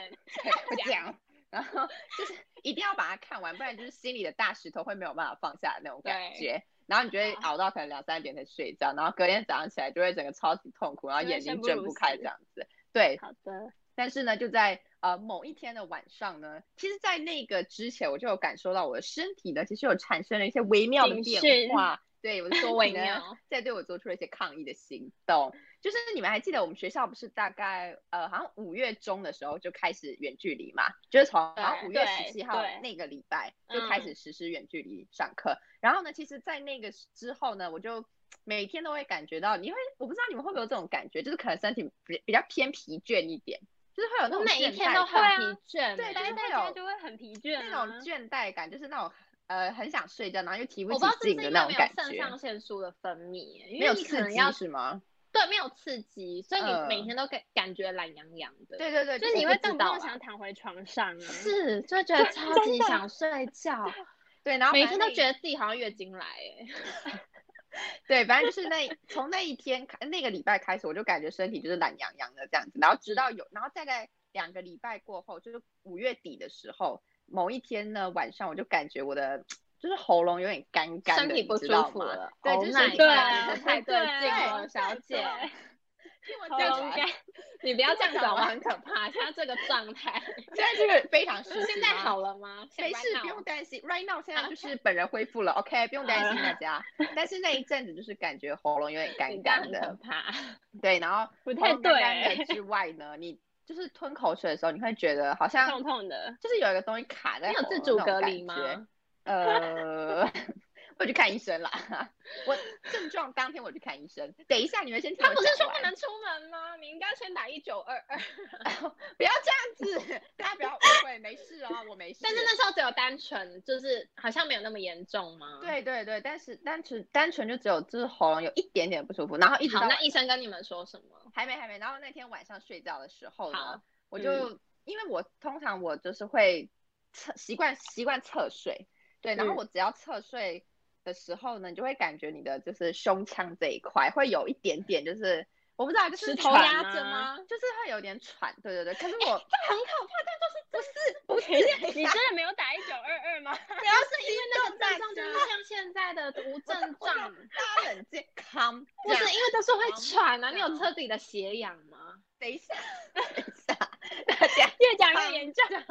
S2: 会这样，然后就是一定要把它看完，不然就是心里的大石头会没有办法放下的那种感
S1: 对
S2: 觉。然后你就
S3: 啊
S2: 会熬到可能两三点才睡觉，然后隔天早上起来就会整个超级痛苦，然后
S3: 就会
S2: 眼睛
S3: 生不
S2: 睁
S3: 如
S2: 不开
S3: 死
S2: 这样子。对，
S3: 好的，
S2: 但是呢，就在呃某一天的晚上呢，其实，在那个之前我就有感受到我的身体呢，其实有产生了一些微妙的
S3: 警
S2: 变
S3: 讯
S2: 化。对，我的身
S1: 微
S2: 体呢
S1: 妙，
S2: 在对我做出了一些抗议的行动。就是你们还记得我们学校不是大概呃好像五月中的时候就开始远距离嘛？就是从好像
S1: 对
S2: 五月
S3: 对
S2: 十七号
S3: 对
S2: 那个礼拜就开
S3: 嗯
S2: 始实施远距离上课。然后呢，其实，在那个之后呢，我就每天都会感觉到，你会我不知道你们会不会有这种感觉，就是可能身体比比较偏疲倦一点，就是会有那
S1: 我
S2: 种
S1: 每一
S2: 倦
S1: 天
S2: 怠
S1: 都
S2: 感
S1: 很
S3: 感
S1: 疲倦，
S2: 对就是
S3: 待
S2: 会
S3: 在家
S2: 有
S3: 就会很疲倦啊，
S2: 那种倦怠感，就是那种呃很想睡觉，然后又提不
S1: 我
S2: 起
S1: 不知道是
S2: 劲
S1: 不是
S2: 的
S1: 因为
S2: 那种
S1: 没有
S2: 感
S1: 肾
S2: 觉
S1: 上，腺素的分泌耶，因
S2: 没
S1: 为
S2: 有
S1: 你可
S2: 刺
S1: 能
S2: 激
S1: 要
S2: 是吗？
S1: 对没有刺激，所以你每
S2: 嗯
S1: 天都感感觉懒洋洋的。
S2: 对对对，
S3: 就是
S2: 是
S3: 你
S2: 我
S3: 会
S2: 不知
S3: 动不
S2: 道啊
S3: 动
S2: 啦
S3: 想躺回床上啊。
S1: 是，就会觉得超
S3: 真
S1: 级
S3: 的
S1: 想睡觉，
S2: 对，然后
S1: 每天
S2: 反正
S1: 都
S2: 那一
S1: 觉得自己好像月经来哎、
S2: 对，反正就是那从那一天开那个礼拜开始，我就感觉身体就是懒洋洋的这样子，然后直到
S1: 嗯
S2: 有，然后再在两个礼拜过后，就是五月底的时候，某一天呢晚上，我就感觉我的就是喉咙有点干干的，
S1: 身体不
S2: 你
S1: 舒
S2: 知道
S1: 服
S2: 吗
S1: 了，
S2: 对，
S1: 好
S2: 就是
S1: 奶
S2: 身体
S3: 对
S1: 油
S3: 啊
S1: 不太对劲了，小姐，
S2: 听我
S3: 喉
S2: 讲
S3: 咙
S2: 完
S3: 干，
S1: 你不要这样子好不好？
S2: 我
S1: 很可怕，现在这个状态，
S2: 现在这个非 常时啊期
S1: 现在
S2: 吗
S1: 好了吗？现
S2: 没
S1: 在嗯
S2: 事，
S1: 好
S2: 不用
S1: 了
S2: 担心。Right now，现在就是本人恢复了，OK，不用担心
S1: 嗯
S2: 大家。但是那一阵子就是感觉喉咙有点
S1: 你
S2: 干
S1: 这样
S2: 干
S1: 很可
S2: 的，
S1: 怕，
S2: 对。然后
S3: 不
S2: 喉
S3: 太
S2: 咙干干
S3: 对
S2: 的，之外呢，你就是吞口水的时候，你会觉得好像
S3: 痛痛 的。
S2: 就是有一个东西卡在
S1: 你有
S2: 喉
S1: 自
S2: 咙
S1: 主
S2: 那种
S1: 隔
S2: 感
S1: 离吗？
S2: 觉呃，我去看医生啦。我症状当天我去看医生。等一下，你们先听
S1: 他
S2: 我
S1: 不是
S2: 讲
S1: 说不
S2: 完
S1: 能出门吗？你应该先打一九二二，
S2: 不要这样子，大家不要误会，没事哦，我没事。
S1: 但是那时候只有单纯，就是好像没有那么严重吗？。
S2: 对对对，但是单纯单纯就只有就是喉咙有一点点不舒服，然后一直
S1: 好，
S2: 到
S1: 那
S2: 晚
S1: 医生跟你们说什么？
S2: 还没还没，然后那天晚上睡觉的时候呢
S1: 好，
S2: 我就、因为我通常我就是会侧习惯习惯侧睡，对，然后
S1: 嗯
S2: 我只要侧睡的时候呢，你就会感觉你的就是胸腔这一块会有一点点就是。我不知道，就是
S1: 失
S2: 头
S1: 喘
S2: 压着
S1: 吗
S2: 吗？就是会有点喘，对对对。可是
S1: 很
S2: 我
S1: 可怕，但就是
S2: 不是不 是，
S3: 你真的没有打一九二二吗？
S2: 不要是因为
S1: 那个症状就是像现在的无症
S2: 我就
S1: 状，
S2: 大家冷静，calm
S1: 不
S2: down
S1: 是因为都是会喘啊。你有
S2: 嗯
S1: 彻底的血氧吗？
S2: 等一下，等一下，大家
S3: 越讲
S2: 康
S3: 越严重。
S2: 掉，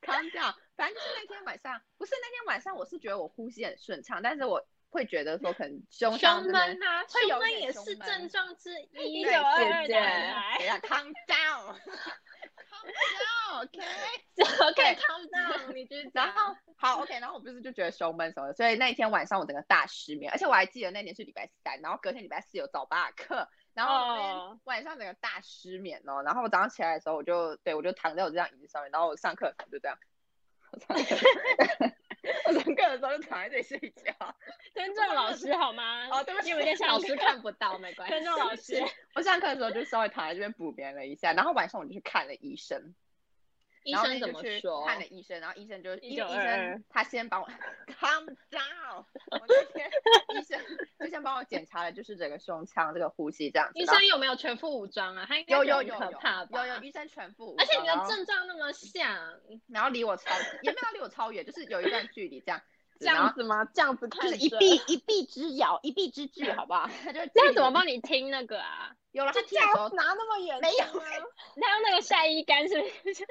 S2: 康掉。反正就是那天晚上，不是那天晚上，我是觉得我呼吸很顺畅，但是我会觉得说可能胸腔
S1: 胸
S2: 这边
S1: 闷啊，
S2: 会有
S1: 胸闷
S2: 点
S1: 也
S2: 胸
S1: 是
S2: 闷
S1: 症状之一。
S3: 一
S2: 对
S3: 九二二
S1: 姐
S3: 打
S1: 姐
S3: 起来
S2: 等一。下，calm down，calm down，OK。
S1: OK，calm down，你继续讲
S2: 然后好，OK，然后我不是就觉得胸闷什么的，所以那一天晚上我整个大失眠，而且我还记得那天是礼拜三，然后隔天礼拜四有早八的课，然后我那天
S3: 哦
S2: 晚上整个大失眠哦，然后我早上起来的时候，我就对我就躺在我这张椅子上面，然后我上课的时候就这样，我上课我上课的时候就 躺在这里睡觉，
S3: 尊重老师好吗？
S2: 哦对不起
S3: 因为我在
S1: 老
S3: 上
S1: 师
S3: 课。
S1: 看不到，没 关系。
S3: 尊重老师，
S2: 我上课的时候就稍微躺在这边补眠了一下，然后晚上我就去看了医生，
S1: 医
S2: 然后
S1: 生
S2: 那
S1: 怎
S2: 就
S1: 么
S2: 去
S1: 说？
S2: 看了医生，然后医生就因为医
S3: 1922
S2: 生他先 帮我 calm down，我那天医生就先帮我检查了，就是整个胸腔这个呼吸这样子。
S1: 医生有没有全副武装啊？他应该
S2: 然后有有
S1: 觉得
S2: 有有
S1: 很可怕吧？
S2: 有有医生全副武
S1: 而且
S2: 装
S1: 你
S2: 然
S1: 的
S2: 后
S1: 症状那么像，
S2: 然后离我超级也没有离我超远，就是有一段距离这样子。
S1: 这
S2: 然
S1: 样
S2: 后
S1: 子吗？这样子看
S2: 就
S1: 着
S2: 是一臂一臂之遥，一臂之距，好不好？他就
S3: 这样怎么帮你听那个啊？
S2: 有了他
S1: 就
S2: 踢的时候
S1: 拿那么远，
S2: 没有
S3: 他用那个晒衣杆是不 是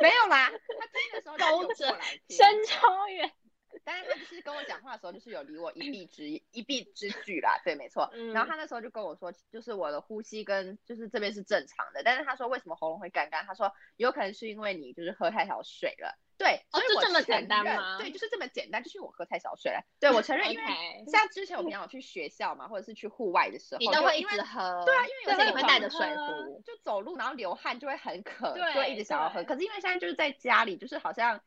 S2: 没有啦，他踢的时候他
S1: 勾
S2: 就
S1: 着
S2: 过来踢
S3: 伸超远？
S2: 但是他就是跟我讲话的时候，就是有离我一臂之一臂之距啦，对，没错。
S3: 嗯
S2: 然后他那时候就跟我说，就是我的呼吸跟就是这边是正常的，但是他说为什么喉咙会干干？他说有可能是因为你就是喝太少水了。对，
S1: 哦
S2: 所以
S1: 就
S2: 我
S1: 这么
S2: 承
S1: 简单
S2: 认
S1: 吗
S2: 对，就是这么简单，就是我喝太少水了。对我承认，因 为
S1: OK，
S2: 像之前我平常有去学校嘛，或者是去户外的时候，
S1: 你都
S2: 就
S1: 会一
S2: 因为
S1: 直喝。
S2: 对啊，因
S1: 而
S2: 为
S1: 且
S2: 有些
S1: 你
S2: 地
S1: 会
S2: 方
S1: 带着水
S3: 狂喝
S1: 壶。
S2: 就走路，然后流汗就会很渴，
S3: 对
S2: 就会一直想要喝。
S3: 对
S2: 可是因为现在就是在家里，就是好像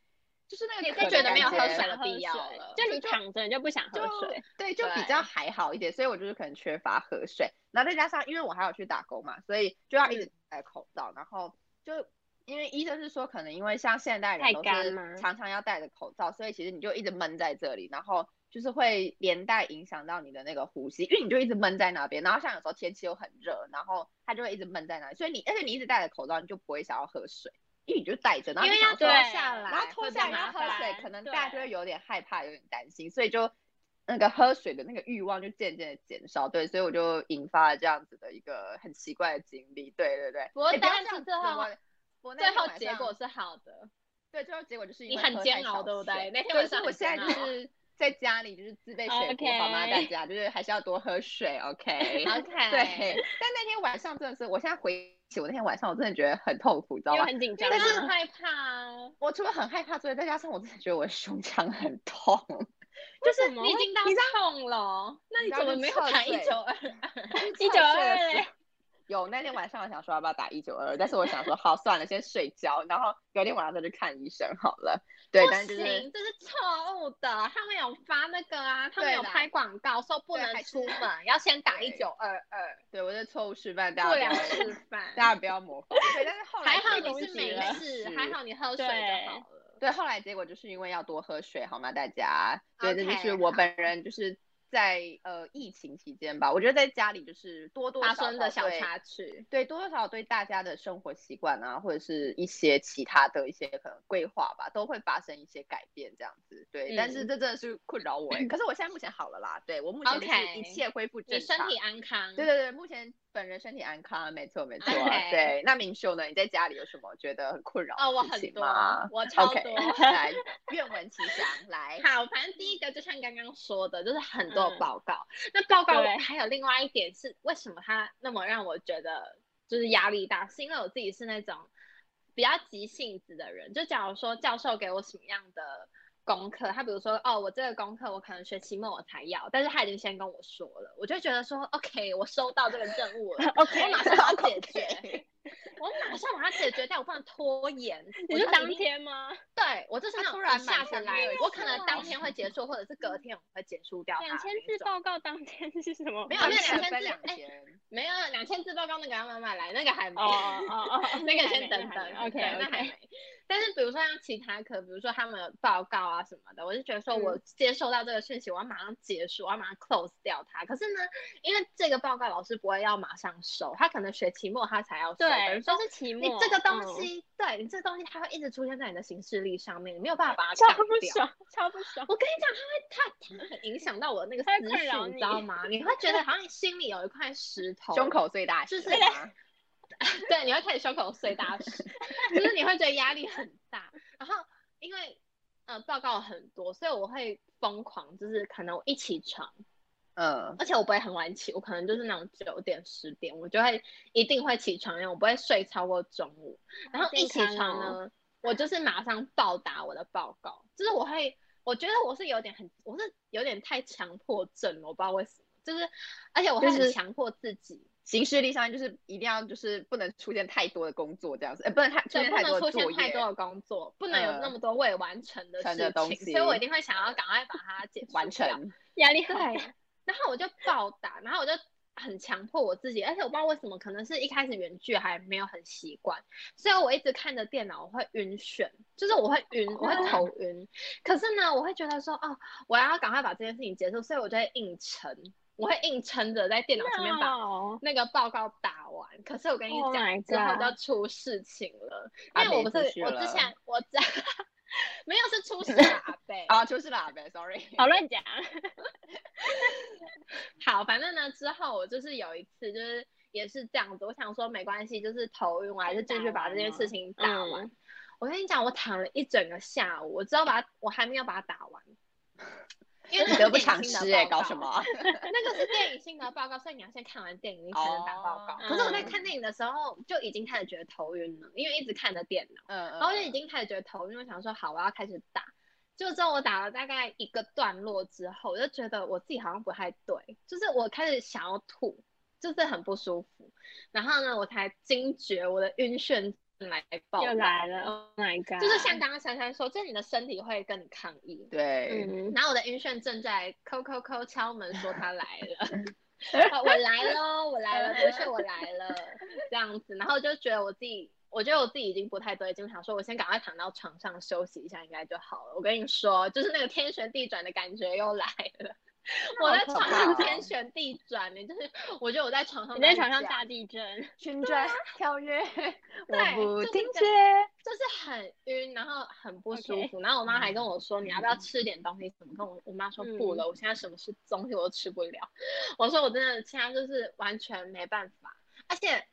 S2: 就是那
S1: 你
S2: 个
S1: 是
S2: 渴的
S1: 觉得没有
S2: 感
S1: 喝
S2: 觉
S1: 水的必要了
S3: 就你躺着你就不想喝
S2: 就
S3: 水，
S2: 对，就比
S1: 对
S2: 较还好一点，所以我就是可能缺乏喝水，然后再加上因为我还有去打工嘛，所以就要一直
S1: 嗯
S2: 戴口罩，然后就因为医生是说，可能因为像现代人
S3: 太
S2: 都
S3: 干吗
S2: 是常常要戴着口罩，所以其实你就一直闷在这里，然后就是会连带影响到你的那个呼吸，因为你就一直闷在那边，然后像有时候天气又很热，然后它就会一直闷在那里，所以你而且你一直戴着口罩，你就不会想要喝水，因为你就戴着，然后
S1: 因
S2: 你
S1: 为要
S2: 想
S1: 脱
S2: 说
S3: 对
S1: 下来，
S2: 然后脱
S1: 会比
S2: 下
S1: 较
S2: 来要
S1: 麻
S2: 喝
S1: 烦
S2: 水，可能大家就
S3: 对
S2: 会有点害怕，有点担心，所以就那个喝水的那个欲望就渐渐的减少。对，所以我就引发了这样子的一个很奇怪的经历。对对对，
S1: 不过
S2: 诶
S1: 当
S2: 要
S1: 然
S2: 这
S1: 是
S2: 样
S1: 最
S2: 子
S1: 后
S2: 我我那
S1: 最
S2: 天
S1: 后
S2: 晚
S1: 结
S2: 上
S1: 果是好的，
S2: 对，最后结果就是因
S1: 你
S2: 为
S1: 很
S2: 喝
S1: 煎
S2: 太
S1: 熬
S2: 少
S1: 对不对
S2: 水
S1: 那天
S2: 对
S1: 晚
S2: 所以
S1: 上
S2: 我
S1: 很
S2: 现在
S1: 煎
S2: 就
S1: 熬
S2: 是在家里就是自备水壶，好吗？大
S3: OK
S2: 家就是还是要多喝水 ，OK。
S1: OK，
S2: 对，，但那天晚上真的是，我现在回起我那天晚上，我真的觉得很痛苦，你知道
S3: 因为
S2: 吗？
S3: 很紧张
S1: 但
S3: 啊。
S1: 是害怕啊，
S2: 我除了很害怕之外，再加上我真的觉得我的胸腔很痛，
S3: 就
S1: 就是
S3: 是
S1: 你已经到
S2: 你知
S1: 痛了，那
S2: 你
S1: 你
S2: 知
S1: 怎
S2: 道
S1: 么
S2: 就
S1: 没有
S2: 侧
S1: 打一
S2: 睡
S1: 九二？
S2: 一
S3: 192嘞。
S2: 有那天晚上我想说要不要打一九二，但是我 想说好算了，先睡觉，然后隔天晚上再去看医生好了。对，
S1: 不
S2: 但
S1: 行，
S2: 是就是
S1: 这是错误的。他们有发那个啊，他们
S2: 对
S1: 有
S2: 啦
S1: 拍广告说不
S2: 对
S1: 能
S2: 还
S1: 出
S2: 是
S1: 门，要先打
S2: 对
S1: 一九二二，
S2: 对啊我的错误示范，大
S1: 不
S2: 家
S1: 良
S2: 不要
S1: 示范。
S2: 大家不要模仿。对，但是后来
S1: 还好
S2: 结果
S1: 你是
S2: 就
S1: 没事，还。好你喝水
S3: 对
S1: 就好了。
S2: 对，后来结果就是因为要多喝水，好吗？大家，对，这就
S1: OK，
S2: 是我本人就是在呃疫情期间吧，我觉得在家里就是多多
S1: 发
S2: 少
S1: 生的
S2: 少
S1: 小
S2: 对
S1: 插曲。
S2: 对多多少少对大家的生活习惯啊，或者是一些其他的一些可能规划吧，都会发生一些改变这样子。对，但是
S1: 嗯
S2: 这真的是困扰我欸、可是我现在目前好了啦，对我目前就是一
S1: OK
S2: 切恢复
S1: 你
S2: 正
S1: 身
S2: 常。
S1: 体安康，
S2: 对对对，目前本人身体安康，啊没错没错。
S1: OK
S2: 对，那明秀呢？你在家里有什么觉得很困扰的
S1: 哎哦，我
S2: 事
S1: 很
S2: 情
S1: 多
S2: 吗，
S1: 我超
S2: OK，
S1: 多。
S2: 来，愿闻其详。来，
S1: 好，反正第一个就像刚刚说的，就是很多
S3: 嗯
S1: 报告。那报告
S3: 对，
S1: 还有另外一点是，为什么它那么让我觉得就是压力大？是因为我自己是那种比较急性子的人。就假如说教授给我什么样的功课，他比如说哦，我这个功课我可能学期末我才要，但是他已经先跟我说了，我就觉得说 OK，我收到这个任务了
S3: OK，
S1: 我马上把它解
S2: OK
S1: 决。我马上把它解决掉，我不能拖延。
S3: 你
S1: 我
S3: 是
S1: 就
S3: 当
S1: 一定
S3: 天吗？
S1: 对我就是
S2: 他
S1: 那种
S2: 突然
S1: 一下
S2: 满
S1: 子
S2: 三
S1: 来
S2: 页，
S1: 我可能
S2: 是
S1: 当天会结束，或者是隔天我会结束掉它
S3: 两千
S1: 那
S3: 字
S1: 种
S3: 报告当天是什么？
S1: 没有
S2: 好
S1: 那
S2: 像
S1: 两
S2: 是
S1: 千
S2: 分
S1: 字
S2: 两
S1: 哎
S2: 天。
S1: 没有两千字报告那个要慢慢来，那个还没。
S3: 哦哦哦哦，
S1: 那个先等等
S3: ，OK
S1: 对那还
S3: OK，
S1: 没。但是比如说像其他科，比如说他们有报告啊什么的，我就觉得说
S3: 嗯
S1: 我接收到这个讯息，我要马上结束，我要马上 close 掉它。可是呢，因为这个报告老师不会要马上收，他可能学期末他才要收，等于
S3: 对，
S1: 说
S3: 都是期
S1: 你
S3: 末，
S1: 这个东
S3: 嗯
S1: 西，对你这个东西，它会一直出现在你的行事历上面，你没有办法把它
S3: 超
S1: 挡
S3: 不
S1: 掉。
S3: 爽，超不爽。
S1: 我跟你讲，它会它它很影响到我那个思
S3: 它会困扰
S1: 绪，
S3: 你
S1: 你知道吗？你会觉得好像心里有一块石头，
S2: 胸口最大啊
S1: 就是哎
S2: 石吗
S1: 对，你会开始胸口碎大石，就是你会觉得压力很大。然后因为呃报告很多，所以我会疯狂，就是可能我一起床，
S2: 嗯，
S1: 而且我不会很晚起，我可能就是那种九点十点，我就会一定会起床，因为我不会睡超过中午。然后一起床
S3: 好健康
S2: 哦
S1: 呢，我就是马上报答我的报告，就是我会，我觉得我是有点很，我是有点太强迫症了，我不知道为什么，就是而且我会
S2: 就是
S1: 很强迫自己，
S2: 行事历上就是一定要就是不能出现太多的工作这样子，呃，不能太出
S1: 就
S2: 现
S1: 不
S2: 太
S1: 能
S2: 多
S1: 出
S2: 的
S1: 现
S2: 作业。嗯
S1: 太多的工作，不能有那么多未完成的
S2: 成的
S1: 事
S2: 东
S1: 情，
S2: 西
S1: 所以我一定会想要赶快把它解决
S2: 完成，
S3: 压力
S1: 对
S3: 很大，，
S1: 然后我就暴打，然后我就很强迫我自己，而且我不知道为什么，可能是一开始远距还没有很习惯，所以我一直看着电脑，我会晕眩，就是我会晕，我
S3: 哦
S1: 会头晕。可是呢，我会觉得说，哦，我要赶快把这件事情结束，所以我就会硬撑，我会硬撑着在电脑前面把
S3: 哦
S1: 那个报告打完，可是我跟你
S3: Oh
S1: 讲
S3: my
S1: 之后
S3: God 啊
S1: 就出事情了，
S2: 阿
S1: 因为我
S2: 北
S1: 不
S2: 出
S1: 是
S2: 事
S1: 我
S2: 了
S1: 之 前我在没有是出事了 阿贝
S2: 啊，就是啦呗，sorry。
S1: 哦
S3: 好乱讲，
S1: 好，反正呢之后我就是有一次就是也是这样子，我想说没关系，就是头晕，我还是继续把这件事情打完。
S3: 嗯
S1: 我跟你讲，我躺了一整个下午，我知道把我还没有把它打完，因为
S2: 你
S1: 那是
S2: 得不
S1: 电
S2: 偿
S1: 影性的
S2: 失哎，
S1: 报
S2: 搞什
S1: 告
S2: 么？
S1: 那个是电影性的报告，所以你要先看完电影，你才能打报告。
S2: 哦
S1: 可是我在
S3: 嗯
S1: 看电影的时候就已经开始觉得头晕了，因为一直看着电脑，
S2: 嗯，
S1: 然后我就已经开始觉得头晕，我想说好，我要开始打。就之后我打了大概一个段落之后，我就觉得我自己好像不太对，就是我开始想要吐，就是很不舒服。然后呢，我才惊觉我的晕眩症来报
S3: 又
S1: 道
S3: 来了，Oh my god，
S1: 就是像刚刚珊珊说，就是你的身体会跟你抗议。
S2: 对，
S3: 嗯，
S1: 然后我的晕眩正在扣扣扣敲门说他来 了。啊我来喽，我来了，
S3: 嗯
S1: 的确我来了，这样子，然后就觉得我自己，我觉得我自己已经不太对劲，想说我先赶快躺到床上休息一下，应该就好了。我跟你说，就是那个天旋地转的感觉又来了，我在
S2: 好可
S1: 床
S2: 怕
S1: 上
S2: 哦
S1: 天旋地转，你就是，我觉得我在床上，
S3: 你在床上大地震，
S2: 旋 转跳跃，我
S1: 对
S2: 不
S1: 就是
S2: 停
S1: 这
S2: 歇。
S1: 就是很晕，然后很不舒
S3: OK
S1: 服。然后我妈还
S2: 嗯
S1: 跟我说：“你要不要吃点东西？”怎么跟我我妈说
S3: 嗯
S1: 不了，我现在什么是东西我都吃不了。我说我真的现在就是完全没办法，而且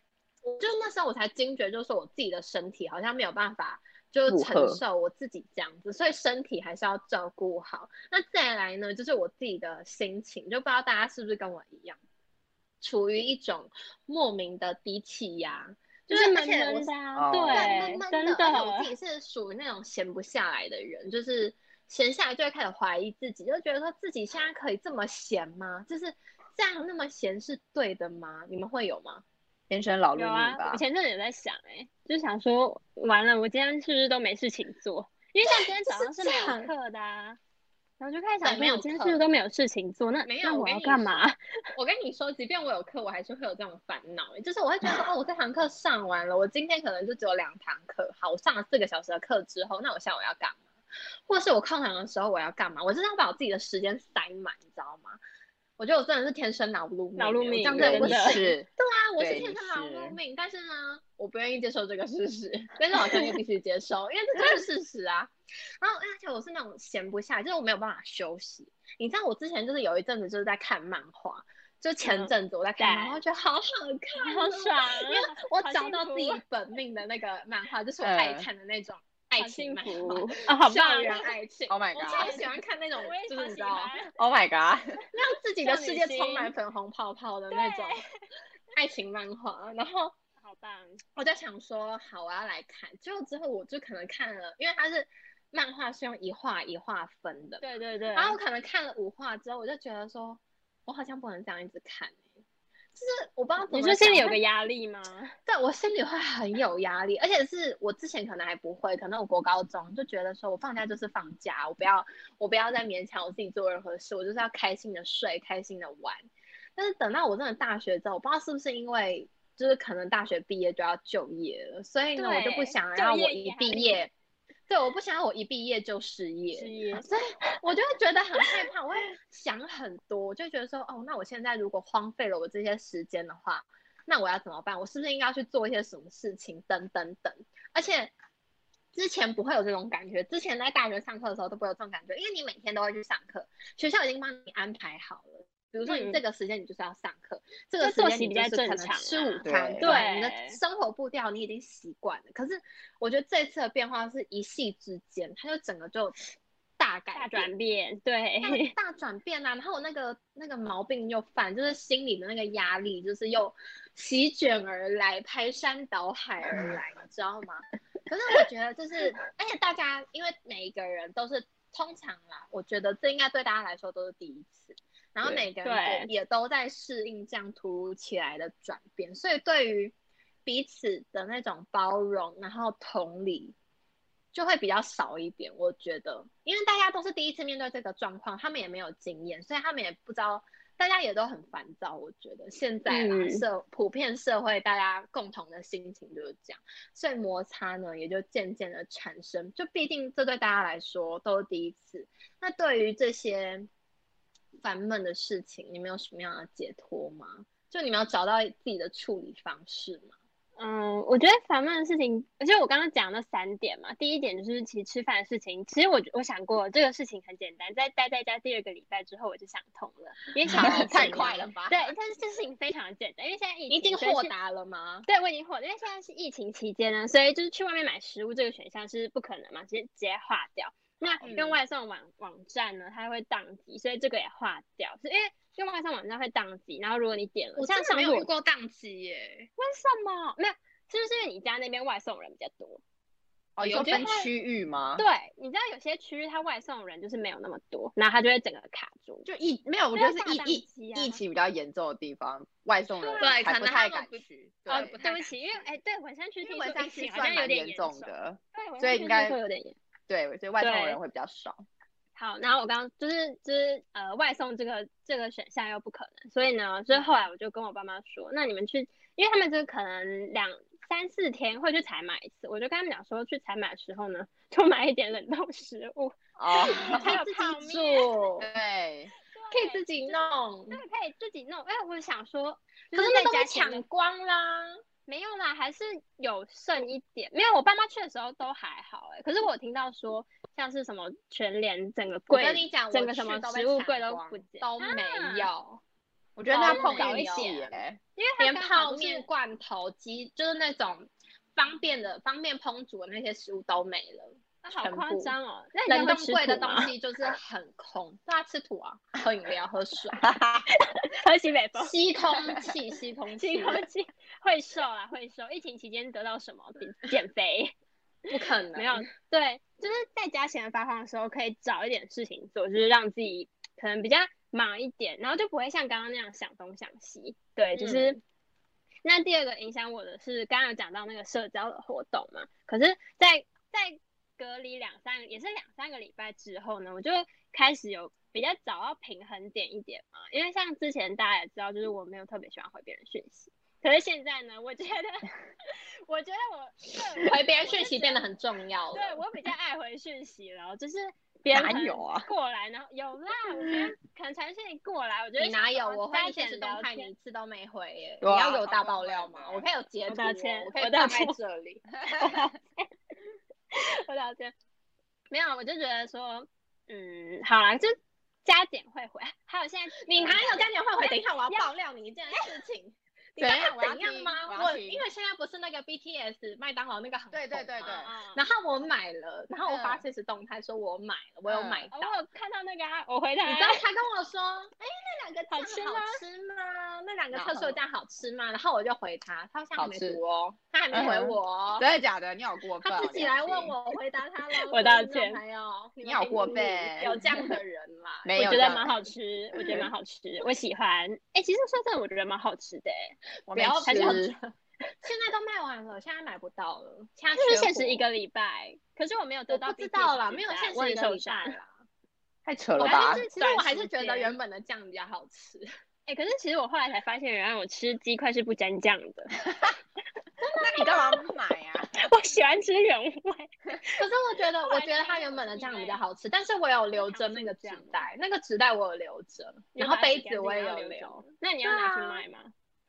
S1: 我就那时候我才惊觉，就是我自己的身体好像没有办法。就
S2: 负荷
S1: 承受我自己这样子，所以身体还是要照顾好。那再来呢，就是我自己的心情，就不知道大家是不是跟我一样，处于一种莫名的低气压，就是
S3: 是
S1: 而
S3: 闷
S1: 且我
S3: 闷的啊，
S2: 哦
S1: 对，
S3: 对，
S1: 闷闷
S3: 真
S1: 的。而且我自
S3: 的
S1: 己是属于那种闲不下来的人，就是闲下来就会开始怀疑自己，就觉得说自己现在可以这么闲吗？就是这样那么闲是对的吗？你们会有吗？
S2: 天生老路
S3: 有
S2: 女
S3: 啊，
S2: 吧
S3: 我，前阵子有在想，哎，就想说，完了，我今天是不是都没事情做？因为像今天早 上是没有课的啊。然后就开始想
S1: 对没
S3: 说，哎
S1: 有
S3: 我今天
S1: 课
S3: 是不是都没有事情做？那
S1: 没有
S3: 那
S1: 我
S3: 我
S1: 跟
S3: 要
S1: 你
S3: 干
S1: 说
S3: 嘛？
S1: 我跟你说，即便我有课，我还是会有这种烦恼，就是我会觉得 说，哦，我这堂课上完了，我今天可能就只有两堂课，好，我上了四个小时的课之后，那我下午要干嘛？或是我空堂的时候我要干嘛？我真的要把我自己的时间塞满，你知道吗？我觉得我真的是天生脑路
S3: 脑路
S1: 欸
S3: 命
S1: 我这样
S3: 对
S1: 子我
S3: 真的
S1: 是
S2: 是
S1: 对啊，我是
S2: 对
S1: 天
S2: 你
S1: 生脑
S2: 是
S1: 路命，但是呢，我不愿意接受这个事实，但是好像又必须接受，因为这就是事实啊。然后而且我是那种闲不下来，就是我没有办法休息。你知道我之前就是有一阵子就是在看漫画，就前
S3: 嗯
S1: 阵子我在看漫画，
S3: 对
S1: 我觉得好好看、
S3: 好
S1: 哦，
S3: 爽啊，
S1: 因为我
S3: 好
S1: 找
S3: 幸
S1: 到自
S3: 福啊
S1: 己本命的那个漫画，就是我爱
S2: 嗯
S1: 看的那种爱
S3: 好
S1: 情
S3: 幸
S1: 漫画，
S3: 福啊，好
S1: 校
S3: 棒
S1: 园
S3: 啊！
S1: 爱情。
S2: ，Oh my
S1: 我超
S2: god，Oh
S1: 喜欢看那种
S3: 我也，
S1: 就是
S3: 超啊
S1: 你知
S3: 喜
S1: 道，
S3: 欢，
S2: my god，
S1: 让自己的
S3: 少
S1: 世
S3: 女
S1: 界充
S3: 心
S1: 满粉红泡泡的那种
S3: 对
S1: 爱情漫画。然后
S3: 好棒，
S1: 我就想说，好，我要来看。结果之后我就可能看了，因为它是漫画是用一画一画分的，
S3: 对对对，
S1: 然后我可能看了五画之后，我就觉得说，我好像不能这样一直看、欸就是我不哎知道怎么
S3: 你说心里
S1: 讲
S3: 有
S1: 会
S3: 个压力吗？
S1: 对我心里会很有压力，而且是我之前可能还不会，可能我国高中就觉得说我放假就是放假，我不要我不要再勉强我自己做任何事，我就是要开心的睡，开心的玩。但是等到我真的大学之后，我不知道是不是因为就是可能大学毕业就要就业了，所以呢我就不
S3: 对
S1: 想
S3: 就
S1: 让我
S3: 业
S1: 一
S3: 压
S1: 毕
S3: 力
S1: 业，对，我不想让我一毕业就失业，
S3: 失业
S1: 所以我就会觉得很害怕，我会想很多，我就觉得说，哦，那我现在如果荒废了我这些时间的话，那我要怎么办？我是不是应该要去做一些什么事情？等等等。而且之前不会有这种感觉，之前在大学上课的时候都不会有这种感觉，因为你每天都会去上课，学校已经帮你安排好了。比如说你
S3: 嗯
S1: 这个时间你就是要上课，这个
S3: 就
S1: 时
S3: 作
S1: 间
S3: 息
S1: 你
S3: 比
S1: 就
S3: 较
S1: 是
S3: 正
S1: 可能
S3: 常
S1: 吃
S3: 啊
S1: 午餐，
S2: 对
S1: 你的
S3: 对
S1: 生活步调你已经习惯了。可是我觉得这次的变化是一夕之间，它就整个就大改变
S3: 大转变，对，
S1: 大大转变啊，然后我那个那个毛病又犯，就是心里的那个压力，就是又席卷而来，排山倒海而来，你知道吗？可是我觉得就是，而且大家因为每一个人都是通常啦，我觉得这应该对大家来说都是第一次，然后
S2: 对
S1: 每个人也也都在适应这样突如其来的转变，所以对于彼此的那种包容，然后同理，就会比较少一点，我觉得，因为大家都是第一次面对这个状况，他们也没有经验，所以他们也不知道，大家也都很烦躁。我觉得现在啦，
S3: 嗯
S1: 社普遍社会大家共同的心情就是这样，所以摩擦呢也就渐渐的产生。就毕竟这对大家来说都是第一次，那对于这些烦闷的事情，你们有什么样的解脱吗？就你们有找到自己的处理方式 吗？
S3: 嗯，我觉得烦闷的事情，而且我刚刚讲的三点嘛，第一点就是其实吃饭的事情，其实我我想过这个事情很简单，在待在家第二个礼拜之后我就想通了，因为想
S1: 好
S3: 通
S1: 太
S3: 了
S1: 快了吧
S3: 对，但是这事情非常简单，因为现在疫
S1: 你已
S3: 情
S1: 经
S3: 所以
S1: 豁
S3: 是
S1: 达了吗？
S3: 对，我已经火了，因为现在是疫情期间呢，所以就是去外面买食物这个选项是不可能嘛，直接直接划掉。那用
S1: 嗯
S3: 外送网网站呢，它会宕机，所以这个也划掉，是因为用外送网站会宕机。然后如果你点了，
S1: 我
S3: 像
S1: 真的
S3: 上
S1: 没
S3: 次
S1: 有遇
S3: 我
S1: 过宕机耶。
S3: 为什么没有？是不是因为你家那边外送人比较多？
S2: 哦，
S1: 我
S2: 有
S1: 觉得
S2: 分区域吗？
S3: 对，你知道有些区域它外送人就是没有那么多，然后它就会整个卡住。
S2: 就疫没有，我
S3: 我
S2: 觉得是疫
S3: 疫
S2: 疫疫情比较严重的地方，外送人
S1: 啊对啊
S2: 还
S1: 可
S2: 不
S1: 能
S2: 太
S1: 他们
S2: 敢
S1: 不
S2: 去。
S1: 哦
S2: 对，
S1: 不太
S3: 对不
S1: 敢
S3: 起，因为哎，对文山区
S2: 因为
S3: 听
S2: 文
S3: 说
S2: 山
S3: 疫
S2: 区
S3: 情好
S2: 算
S3: 像有
S2: 蛮
S3: 点
S2: 严
S3: 严
S2: 重
S3: 重，
S2: 的，
S3: 对，文
S2: 所以
S3: 山
S2: 应
S3: 区
S2: 该
S3: 听说有点严。
S2: 对，所以外送
S3: 对
S2: 人会比较少。
S3: 好，然后我刚刚就是就是呃外送这个这个选项又不可能，所以呢，所以后来我就跟我爸妈说，那你们去，因为他们就可能两三四天会去采买一次，我就跟他们讲说，去采买的时候呢，就买一点冷冻食物，
S2: 哦，
S3: 还有
S1: 自
S3: 泡
S1: 己
S3: 面，
S1: 做，
S2: 对，
S1: 可以自己弄
S3: 对，。可以自己弄。哎，我想说，就
S1: 可是
S3: 在
S1: 那都
S3: 家
S1: 被
S3: 前面
S1: 抢光啦。
S3: 没有啦，还是有剩一点。没有，我爸妈去的时候都还好哎、可是我听到说，像是什么全联整个
S1: 我
S3: 柜，
S1: 跟你讲，
S3: 整
S1: 我
S3: 个什
S1: 去
S3: 么
S1: 都被
S3: 食物
S1: 抢
S3: 柜都
S1: 光
S3: 不见
S1: 都没
S3: 啊
S1: 有，
S2: 我觉得那
S1: 早
S2: 碰
S1: 早
S2: 运
S1: 一
S2: 气
S1: 点
S2: 耶。
S3: 因为它
S1: 连
S3: 刚好
S1: 泡
S3: 就是
S1: 面、罐头、鸡，就是那种方便的、方便烹煮的那些食物都没了。
S3: 那啊好
S1: 全
S3: 夸
S1: 部
S3: 张哦！那
S1: 冷
S3: 你会
S1: 冻
S3: 吃
S1: 柜的
S3: 土吗
S1: 东，西就是很空，大家吃土啊，喝饮料、 喝水，
S3: 喝西北 风，
S1: 吸空气，吸空气
S3: 吸，空气会瘦啦，会瘦。疫情期间得到什么？减减肥？
S1: 不可能。
S3: 没有，对，就是在家闲发慌的时候，可以找一点事情做，就是让自己可能比较忙一点，然后就不会像刚刚那样想东想西。对，就是。那第二个影响我的是，刚刚有讲到那个社交的活动嘛，可是在，在隔离两三个也是两三个礼拜之后呢，我就开始有比较找到平衡点一点嘛，因为像之前大家也知道，就是我没有特别喜欢回别人讯息，可是现在呢，我觉得， 我觉得我个人
S1: 回别人
S3: 我
S1: 讯
S3: 就
S1: 息
S3: 觉
S1: 变得
S3: 得
S1: 很重要了。
S3: 对我比较爱回讯息了，就是别人
S2: 哪
S3: 可能
S2: 有啊
S3: 过来，然后有啦，我 觉得可能传讯息过来，我觉得
S1: 你哪有？我
S3: 发
S1: 会现
S3: 现
S1: 实动态， 你一次都没回耶！
S2: 对啊
S1: 你要给我大爆料吗？
S2: 我
S1: 我可以有截
S3: 我
S1: 图
S3: 道
S1: 哦，
S3: 歉
S1: 我可
S3: 我
S1: 以
S3: 道
S1: 放在
S3: 歉
S1: 这里。
S3: 我聊天没有，我就觉得说，嗯，好啦，就加减会回，还有现在
S1: 你还有加点会回？等一下，我要
S3: 要
S1: 爆料你一件事 情。你
S2: 怎
S1: 知道
S2: 样我要
S1: 怎样
S2: 听
S1: 吗？
S2: 我
S1: 我
S2: 要听
S1: 因为现在不是那个 BTS 麦当劳那个很
S2: 对对
S1: 红
S2: 对对
S1: 吗
S3: 嗯
S1: 然后我买了，然后我发
S2: 嗯
S1: 现实动态说我买了，我有
S2: 嗯哦
S1: 买
S3: 哦
S1: 到。
S3: 我有看到那个啊，我回答
S1: 你知道他跟我说，哎、那两个
S3: 好
S1: 酱
S3: 吃
S1: 好
S3: 吗
S1: 吃吗？那两个
S2: 然
S1: 特
S2: 后
S1: 殊酱好吃吗？然后我就回他，他好像还
S2: 好
S1: 没
S2: 吃
S1: 读哦，他还没回
S2: 嗯哼
S1: 我哦、
S2: 真的假的？你好过分哦！
S1: 他自己来问
S2: 良心，
S1: 我，我回答他了。
S3: 我道歉
S1: 朋友，
S2: 你
S1: 们
S2: 好
S1: 听
S2: 过
S1: 不听
S2: 分。
S1: 有这样的人啦
S2: 没
S3: 我
S2: 有
S3: 觉
S2: 这
S3: 得
S2: 样
S3: 蛮好吃，我
S1: 嗯
S3: 觉得蛮好吃，我喜欢。哎、其实说真的，我觉得蛮好吃的、欸，
S2: 我
S1: 不
S2: 没
S1: 要
S2: 吃
S1: 还是要
S2: 是
S1: 现在都卖完了，现在买不到了。现在
S3: 就是
S1: 缺
S3: 限时
S1: 货
S3: 一，个礼拜，可是我没有
S1: 我
S3: 得到
S1: 不
S3: BTS 的
S1: 知
S3: 礼拜。
S1: 道啦，没有限
S3: 我
S1: 时
S3: 很
S1: 一个
S3: 受
S1: 礼拜
S3: 伤。
S1: 啦。
S2: 太扯了
S1: 我
S2: 吧
S1: 还？是其实
S3: 短
S1: 我还是
S3: 时
S1: 觉得
S3: 间
S1: 原本的酱比较好吃。
S3: 哎、可是其实我后来才发现，原来我吃鸡块是不沾酱的，
S2: 那你干嘛不买呀？
S3: 我喜欢吃原味。
S1: 可是我觉得，
S3: 后
S1: 我
S3: 来
S1: 觉得
S3: 发
S1: 它
S3: 现
S1: 原
S3: 我
S1: 本的
S3: 自己
S1: 酱比
S3: 在
S1: 较好吃，但啊是我有留
S3: 糖
S1: 着
S3: 醋
S1: 那个纸
S3: 酱
S1: 袋，那个纸袋我有留着，然后杯子我也有留
S3: 留，，那你要拿去
S1: 对啊
S3: 卖吗？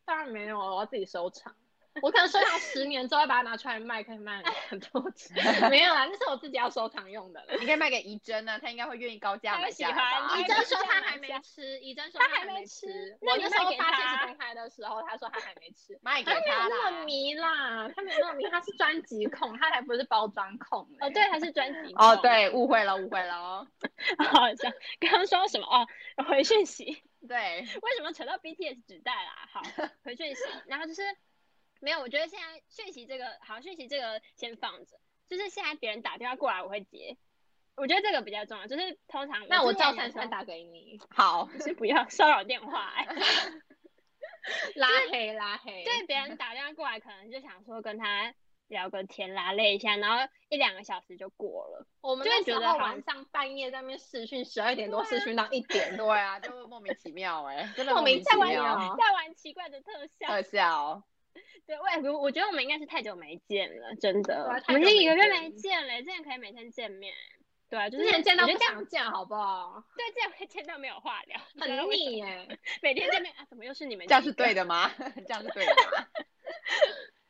S1: 当然没有了，我要自己收藏。我可能收藏十年之后把它拿出来卖，可以卖很多 钱。没有啦，那是我自己要收藏用的啦。
S2: 你可以卖给怡珍呢，她应该会愿意高价
S3: 她会
S2: 买
S3: 喜
S2: 下来
S3: 欢
S2: 吧。
S3: 她
S1: 怡
S3: 会
S1: 珍
S3: 买
S1: 说
S3: 下
S1: 她
S3: 买
S1: 还没
S3: 下
S1: 吃，怡珍说
S3: 她
S1: 她
S3: 还没
S1: 没
S3: 吃那
S1: 我
S3: 你
S1: 那时
S3: 卖
S1: 候
S3: 给
S1: 发现
S3: 她
S1: 实动态的时候，她说她还没吃。
S2: 卖给
S1: 她没有
S2: 他
S1: 那
S2: 啦
S1: 么。迷
S3: 啊
S1: 啦，她没有那么迷，她是专辑控，她才不是包装控、欸。
S3: 哦，对，还是专辑
S2: 哦，
S3: 控，
S2: 对，误会了，误会了哦。
S3: 好像刚刚说什么哦？回讯息。
S2: 对，
S3: 为什么扯到 BTS 纸袋啦？ 好，回讯息，然后就是没有，我觉得现在讯息这个好，讯息这个先放着，就是现在别人打电话过来我会接，我觉得这个比较重要，就是通常
S1: 那我
S3: 之前
S1: 照
S3: 有
S1: 三
S3: 时候
S1: 三打给你，
S2: 好，
S3: 是不要骚扰电话、哎
S1: 拉黑拉黑。
S3: 对别人打电话过来，可能就想说跟他聊个天拉累一下，然后一两个小时就过了，
S1: 我们
S3: 就会
S1: 那时
S3: 觉得
S1: 候
S3: 好
S1: 晚
S3: 像
S1: 上半夜在那边试训，十二点多
S3: 对
S1: 试
S3: 啊
S1: 训到一点 多，
S2: 对啊，就莫名其妙哎，真的
S1: 莫名
S2: 名
S1: 其
S2: 其
S1: 妙
S2: 妙。
S3: 在玩奇怪的特效。
S2: 特效，
S3: 对，我我我觉得我们应该是太久没见了，真的，
S1: 对啊
S3: 我
S1: 太
S3: 们
S1: 久
S3: 是一个
S1: 没
S3: 月
S1: 见
S3: 没见了，之前可以每天见面。对啊，就是
S1: 之前见到
S3: 我觉
S1: 不
S3: 得这样
S1: 想见，好不好？
S3: 对，这样会见到没有话聊，不知道
S1: 很
S3: 为什么。
S1: 腻耶。
S3: 每天见面啊，怎么又是你们？
S2: 这样是对。的吗？ 这样是对的吗？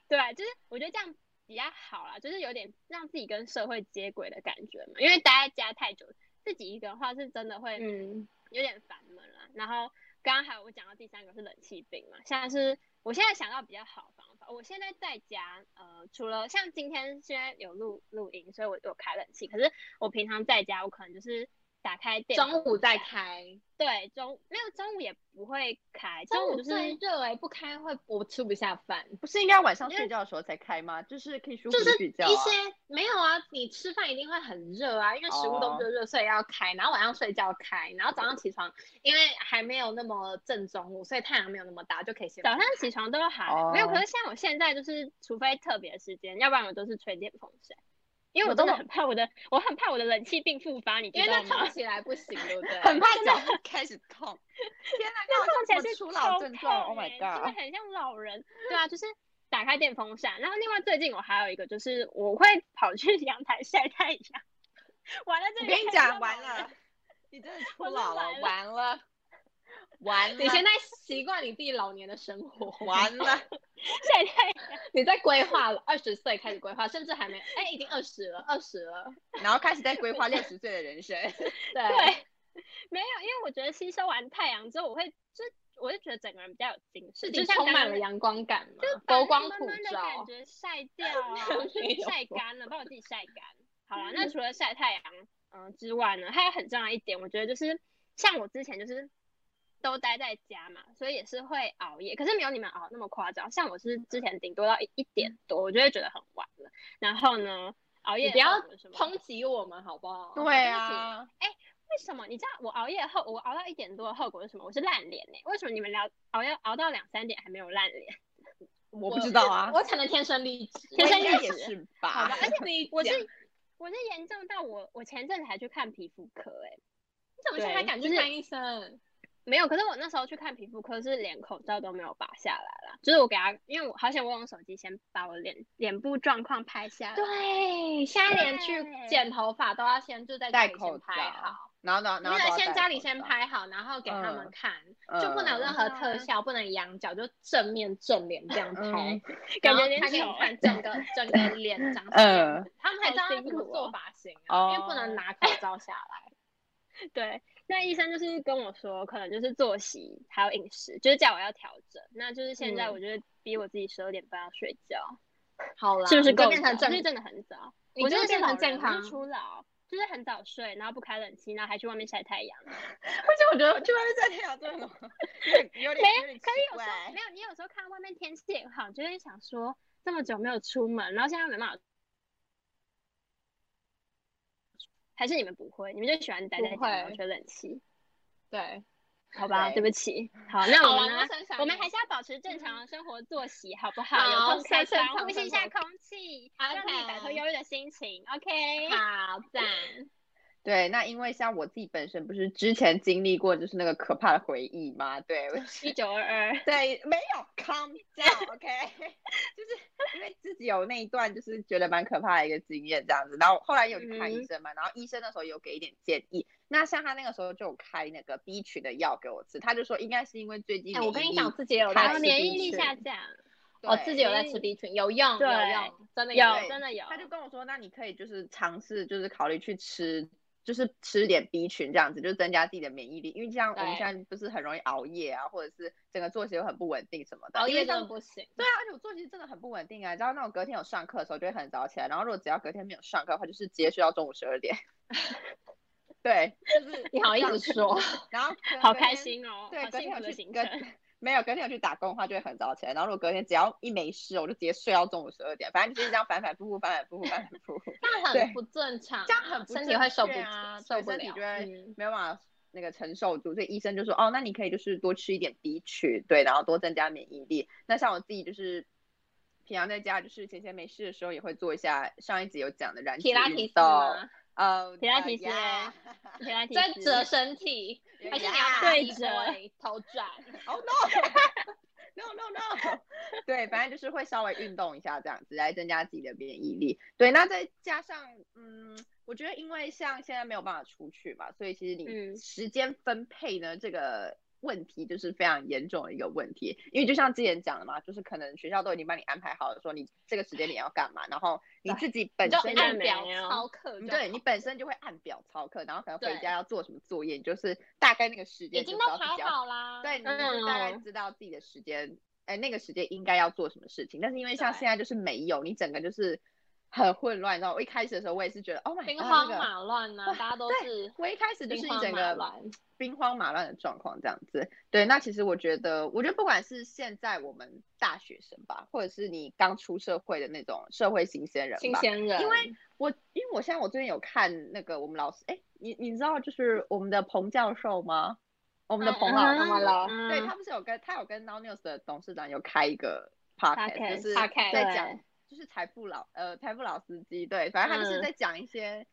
S3: 对啊，就是我觉得这样比较好啦，就是有点让自己跟社会接轨的感觉嘛。因为待在家太久，自己一个人的话是真的会
S1: 嗯，
S3: 有点烦闷啦。然后刚刚还有我讲到第三个是冷气病嘛，现在是我现在想到比较好的方法，我现在在家，呃，除了像今天现在有录录音，所以我有开冷气，可是我平常在家，我可能就是打开电
S1: 中午再
S3: 开。
S1: 开，
S3: 对，中没有中午也不会开，
S1: 中
S3: 中
S1: 午
S3: 午就
S1: 最
S3: 是
S1: 热哎，不开会我吃不下饭。
S2: 不是应该晚上
S3: 因为
S2: 睡觉的时候才开吗？就是可以舒服
S1: 就是
S2: 睡
S1: 一
S2: 觉啊。
S1: 些没有啊，你吃饭一定会很热啊，因为食物都
S2: 哦
S1: 热热，所以要开。然后晚上睡觉开，然后早上起床，因为还没有那么正中午，所以太阳没有那么大，就可以先
S3: 早上起床都还、
S2: 哦
S3: 没有。可是像我现在就是，除非特别时间，要不然我都是吹电风扇，因为
S2: 我
S3: 我真
S2: 都
S3: 的很怕我的，我很怕我的冷气病复发，你知
S1: 因为
S3: 道
S1: 那
S3: 吗
S1: 痛？起来不行，对不 对？
S2: 很怕脚会开始 痛。天哪，那好
S3: 看起
S2: 像
S3: 来
S2: 什么
S3: 是
S2: 初老
S3: 超
S2: 症状
S3: 痛
S2: ？Oh my
S3: 欸真
S2: god！
S3: 的很像老人。对啊，就是打开电风扇，然后另外最近我还有一个就是我会 跑去阳台晒太阳。完了，这里
S2: 我跟你
S3: 还
S2: 讲，
S3: 说
S2: 完
S3: 老人
S2: 了，你真的初
S3: 我真
S2: 老了，
S3: 完了
S2: 完了， 完
S1: 你现
S2: 了，
S1: 在习惯你自己老年的生 活，
S2: 完了，
S3: 晒太阳，
S1: 你在规划了，二十岁开始规划，甚至还没，哎，已经二十了，二十了，
S2: 然后开始在规划六十岁的人生。
S1: 对，
S3: 对，没有，因为我觉得吸收完太阳之后，我会就我就觉得整个人比较有精
S1: 自
S3: 神，
S1: 己
S3: 就像
S1: 充
S3: 刚
S1: 满
S3: 刚
S1: 了阳光感嘛，
S3: 就是把
S1: 佛
S3: 那
S1: 光
S3: 闷
S1: 普
S3: 闷的感
S1: 照。
S3: 觉晒掉 啊
S1: 没，有
S3: 晒干了，把我自己晒干。好 了，那除了晒太阳，嗯、之外呢，还有很重要一点，我觉得就是像我之前就是都待在家嘛，所以也是会熬夜，可是没有你们熬那么夸张。像我是之前顶多到一一点多，我就会觉得很晚了。然后呢，熬夜
S1: 你不要
S3: 后有什么
S1: 抨击我们好不好？
S2: 对啊，
S3: 为什么？你知道我熬夜后，我熬到一点多的后果是什么？我是烂脸呢、欸为什么你们聊熬夜熬到两三点还没有烂脸？
S2: 我不知道啊，
S1: 我可能天生丽质，
S3: 天生
S2: 我
S3: 丽
S2: 应该也
S3: 质
S2: 是
S1: 好
S2: 吧
S1: 吧，？ 而且你
S3: 我是
S1: 讲
S3: 我是严重到我我前阵子还去看皮肤科哎、
S1: 你怎么现在
S3: 对
S1: 还敢去
S3: 就是
S1: 看医生？
S3: 没有，可是我那时候去看皮肤科是连口罩都没有拔下来啦，就是我给他，因为我好想我用手机先把我脸脸部状况拍下来。
S1: 对，现在连去剪头发都要先就在家
S2: 戴
S1: 里
S2: 口
S1: 先
S2: 罩
S1: 拍好，，
S2: 然后然后
S1: 因
S2: 然后
S1: 为
S2: 都要
S1: 先
S2: 戴
S1: 家里
S2: 口
S1: 先
S2: 罩，
S1: 拍好，然后给他们
S2: 嗯
S1: 看，就不能有
S2: 嗯
S1: 任何特效，不能仰角，就正面正脸这样拍
S2: 嗯，
S3: 感觉有
S1: 然
S3: 点
S1: 后他嗯给你看
S3: 丑
S1: 整 个整个脸长什么样子，他们才知道要怎么做发型啊，
S2: 好辛苦哦
S1: 因为不能拿口罩下来。
S3: 对，那医生就是跟我说，可能就是作息还有饮食，就是叫我要调整。那就是现在
S1: 嗯
S3: 我就是逼我自己十二点半要睡觉，
S1: 好啦，
S3: 是不是
S1: 你就
S3: 够
S1: 变成
S3: 早
S1: 正
S3: 就是真的很早，
S1: 你
S3: 我
S1: 就是
S3: 是
S1: 变成健
S3: 我
S1: 康
S3: 是初老，就是很早睡，然后不开冷气，然后还去外面晒太阳。
S2: 而且我觉得去外面晒太阳真的 有点有
S3: 没
S2: 点有点奇
S3: 可是有时候
S2: 怪
S3: 没。有，你有时候看外面天气也好，就会想说这么久没有出门，然后现在没办法。还是你们不会，你们就喜欢待在
S1: 不会
S3: 家，然后吹冷气，
S1: 对，
S3: 好吧？
S2: 对
S3: 对不起，好，那我
S1: 好
S3: 们
S1: 啦
S3: 呢？
S1: 不要想
S3: 我们还
S1: 你
S3: 是要保持正常的生活作息，好不好？
S1: 好
S3: 有空开
S1: 是正
S3: 窗，
S1: 常
S3: 呼吸一下空气，
S1: 生活
S3: 让自己摆脱
S1: OK
S3: 忧郁的心情。OK，
S1: 好赞，
S2: 对，那因为像我自己本身不是之前经历过就是那个可怕的回忆吗？对，我
S3: 一九二二，
S2: 对，没有 calm down，OK，、就是因为自己有那一段就是觉得蛮可怕的一个经验这样子，然后后来有去看
S3: 嗯
S2: 医生嘛，然后医生那时候有给一点建议，那像他那个时候就有开那个 B 群的药给我吃，他就说应该是因为最近
S1: 哎，我跟
S2: 免
S1: 你
S2: 疫
S1: 讲，哦我
S2: 力，
S1: 自己也有
S3: 然
S1: 在
S3: 后
S1: 吃
S3: 免
S1: B
S3: 疫力
S1: 群
S3: 下降，
S1: 我自己有在
S2: 对
S1: 吃 B 群，有用有
S3: 对
S1: 用，真的
S3: 有
S1: 用
S3: 真的有，
S2: 他就跟我说，那你可以就是尝试，就是考虑去吃，就是吃点 B 群这样子，就增加自己的免疫力。因为像我们
S1: 对
S2: 现在不是很容易熬夜啊，或者是整个作息又很不稳定什么的。
S1: 熬
S2: 哦因为
S1: 夜真的
S2: 像
S1: 不行。
S2: 对啊，而且我作息真的很不稳定啊。你知道那种隔天有上课的时候就会很早起来，然后如果只要隔天没有上课的话，就是直接睡到中午十二点。 对，就是
S1: 你好意思
S2: 上
S1: 说，
S2: 然后隔
S3: 好
S2: 隔
S3: 开
S2: 天
S3: 心哦，
S2: 对，
S3: 好
S2: 隔天
S3: 幸福
S2: 有
S3: 的
S2: 去
S3: 行
S2: 隔
S3: 程。
S2: 没有隔天有去打工的话，就会很早起来。然后如果隔天只要一没事，我就直接睡到中午十二点。反正就是这样反反复复，反反复复，反反复复，
S1: 那很
S2: 对
S1: 不正常啊，
S2: 这样很不
S1: 身体会受不
S2: 正确啊
S1: 受
S2: 对
S1: 不
S2: 身体
S1: 了
S2: 就。会
S1: 嗯
S2: 没有办法那个承受住。所以医生就说，哦，那你可以就是多吃一点 B 群，对，然后多增加免疫力。那像我自己就是。平常在家就是闲闲没事的时候，也会做一下上一集有讲的燃脂
S1: 皮拉
S2: 运
S1: 提斯
S2: 动，
S1: 吗？
S2: 呃，
S3: 皮拉
S2: 呃
S3: 提斯
S2: 呀
S3: 给他提
S1: 在
S3: 示
S1: 折身体，
S2: 呀
S1: 还是你要打
S3: 对
S1: 一
S3: 折
S1: 波头转？
S2: Oh no！No no no！对，反正就是会稍微运动一下这样子，来增加自己的免疫力。对，那再加上，嗯，我觉得因为像现在没有办法出去嘛，所以其实
S3: 嗯
S2: 你时间分配呢、这个问题就是非常严重的一个问题。因为就像之前讲的嘛，就是可能学校都已经帮你安排好了，说你这个时间点要干嘛，然后你自己本
S1: 你就
S2: 身
S3: 在
S1: 按
S3: 没
S1: 表
S3: 有
S1: 操课就好，
S2: 对你本身就会按表操课，然后可能回
S1: 对
S2: 家要做什么作业，你就是大概那个时间
S1: 已
S2: 就
S1: 经
S2: 知
S1: 都
S2: 道自
S1: 排
S2: 己要
S1: 好啦。
S2: 对，你就是大概哎
S3: 嗯
S2: 知道自己的时间，哎、那个时间应该要做什么事情。但是因为像
S1: 对
S2: 现在就是没有，你整个就是很混乱。你知道，我一开始的时候我也是觉得，Oh my
S1: 兵
S2: god，
S1: 荒
S2: 那个
S1: 马乱呢，
S2: 哇
S1: 大家都
S2: 对
S1: 是
S2: 我一开始就
S1: 兵
S2: 是一
S1: 荒
S2: 整
S1: 马
S2: 个
S1: 乱
S2: 兵荒马乱的状况这样子。对，那其实我觉得，我觉得不管是现在我们大学生吧，或者是你刚出社会的那种社会新鲜人吧，
S1: 新鲜人，
S2: 因为我因为我现在我最近有看那个我们老师，哎，你你知道就是我们的彭教授吗？我们的彭老
S3: 嗯嗯
S2: 师，
S1: 怎么了
S3: 嗯
S2: 对他不是有跟他有跟 Now News 的董事长有开一个 podcast，就是
S1: podcast，
S2: 在
S3: 对
S2: 讲就是财富老呃财富老司机，对，反正他就是
S3: 嗯
S2: 在讲一些。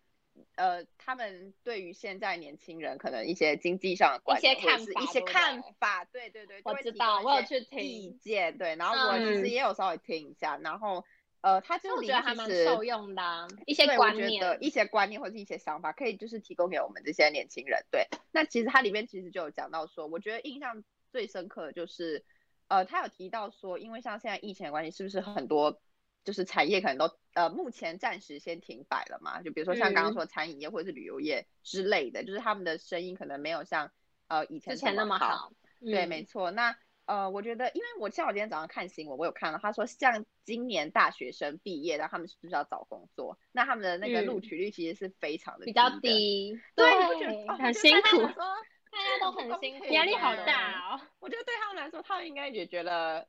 S2: 呃，他们对于现在年轻人可能一些经济上的观
S1: 一些
S2: 点
S1: 看
S2: 或者是
S1: 法
S2: 一
S1: 对
S2: 些
S1: 不
S2: 看
S1: 对
S2: 法，对对对，就
S1: 我
S2: 会
S1: 知
S2: 提供
S1: 道
S2: 一
S1: 我有
S2: 些
S1: 去听
S2: 意见，对，然后我其
S3: 嗯
S2: 实也有稍微听一下，然后呃，他
S1: 所以
S2: 就
S1: 我
S2: 里
S1: 觉得
S2: 面
S1: 还
S2: 其
S1: 蛮
S2: 实
S1: 受用的啊，一些
S2: 对，我
S1: 观
S2: 觉
S1: 念。
S2: 得一些观念或者一些想法，可以就是提供给我们这些年轻人。对，那其实它里面其实就有讲到说，我觉得印象最深刻的就是，呃，他有提到说，因为像现在疫情的关系，是不是很多就是产业可能都呃目前暂时先停摆了嘛？就比如说像刚刚
S3: 嗯
S2: 说的餐饮业或者是旅游业之类的，就是他们的生意可能没有像呃以前
S1: 之前那么
S2: 好。
S1: 好，
S2: 对，
S1: 嗯
S2: 没错。那呃，我觉得，因为我像我今天早上看新闻，我有看到他说，像今年大学生毕业，然后他们是不是要找工作？那他们的那个
S3: 嗯
S2: 录取率其实是非常的
S1: 比较
S2: 的。
S1: 低，
S2: 对，我觉得、哦、
S3: 很
S2: 我觉得对他们
S3: 辛苦
S2: 来说
S1: 大家都很辛苦，
S2: 对
S3: 压力好
S2: 呀
S3: 大 哦。
S2: 我觉得对他们来说，他们应该也觉得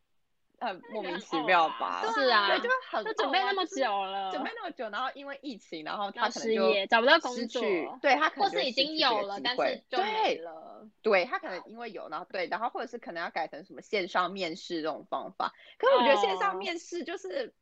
S2: 很
S3: 觉得
S2: 莫名
S3: 很
S2: 其
S3: 懊
S2: 妙
S3: 吧
S2: 吧？
S1: 是啊
S2: 对，就会很
S3: 都准
S2: 懊
S3: 备
S2: 啊
S3: 那么
S2: 就是
S3: 久了，
S2: 准备那么久，然后因为疫情，然后
S3: 然
S2: 他
S3: 后
S2: 可
S3: 失
S2: 能就
S3: 业，找不到
S2: 失
S3: 工作，
S2: 去，对他可
S1: 或
S2: 能就会
S1: 是已
S2: 失去
S1: 经
S2: 这个
S1: 有了，
S2: 机
S1: 但
S2: 会
S1: 是就
S2: 对
S1: 没了。
S2: 对他可能因为有，然后对，然后或者是可能要改成什么线上面试这种方法。可是我觉得线上
S3: 哦
S2: 面试就是，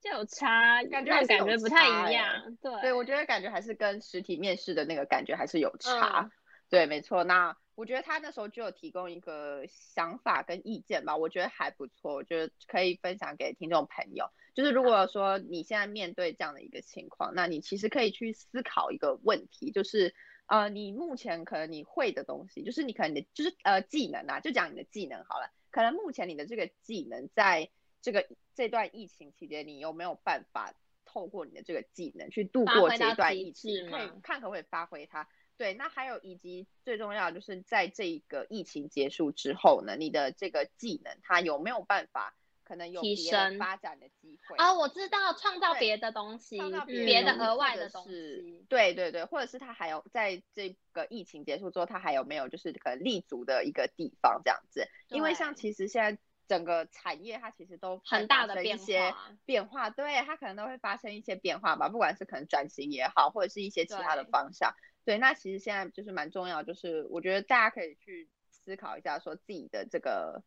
S3: 就有差，
S2: 感觉
S3: 那
S2: 还是
S3: 感
S2: 有
S3: 觉不太
S2: 差
S3: 一样。对，
S2: 对我觉得感觉还是跟实体面试的那个感觉还是有
S1: 嗯
S2: 差。对，没错。那我觉得他那时候就有提供一个想法跟意见吧，我觉得还不错，我觉得可以分享给听众朋友。就是如果说你现在面对这样的一个情况，那你其实可以去思考一个问题，就是呃，你目前可能你会的东西，就是你可能你的就是呃技能啊，就讲你的技能好了，可能目前你的这个技能在这个这段疫情期间，你有没有办法透过你的这个技能去度过这一段疫
S1: 发挥
S2: 情，可
S1: 到极致
S2: 以
S1: 吗
S2: 看可不可以发挥它。对，那还有以及最重要的就是在这一个疫情结束之后呢，你的这个技能它有没有办法可能有
S1: 提
S2: 别人
S1: 升
S2: 发展的机会
S1: 哦，我知道，创造
S2: 对
S1: 别的东西，
S2: 创造
S1: 嗯
S2: 别
S1: 别
S2: 人
S1: 的
S2: 东西
S1: 额外
S2: 或者
S1: 的东
S2: 是
S1: 西。
S2: 对对对，或者是他还有在这个疫情结束之后，他还有没有就是可能立足的一个地方这样子？因为像
S1: 对
S2: 其实现在整个产业它其实都
S1: 很
S2: 会
S1: 大
S2: 发
S1: 的
S2: 生
S1: 变
S2: 一些
S1: 化
S2: 变化，对它可能都会发生一些变化吧，不管是可能转型也好，或者是一些其他的
S1: 对
S2: 方向。对，那其实现在就是蛮重要，就是我觉得大家可以去思考一下，说自己的这个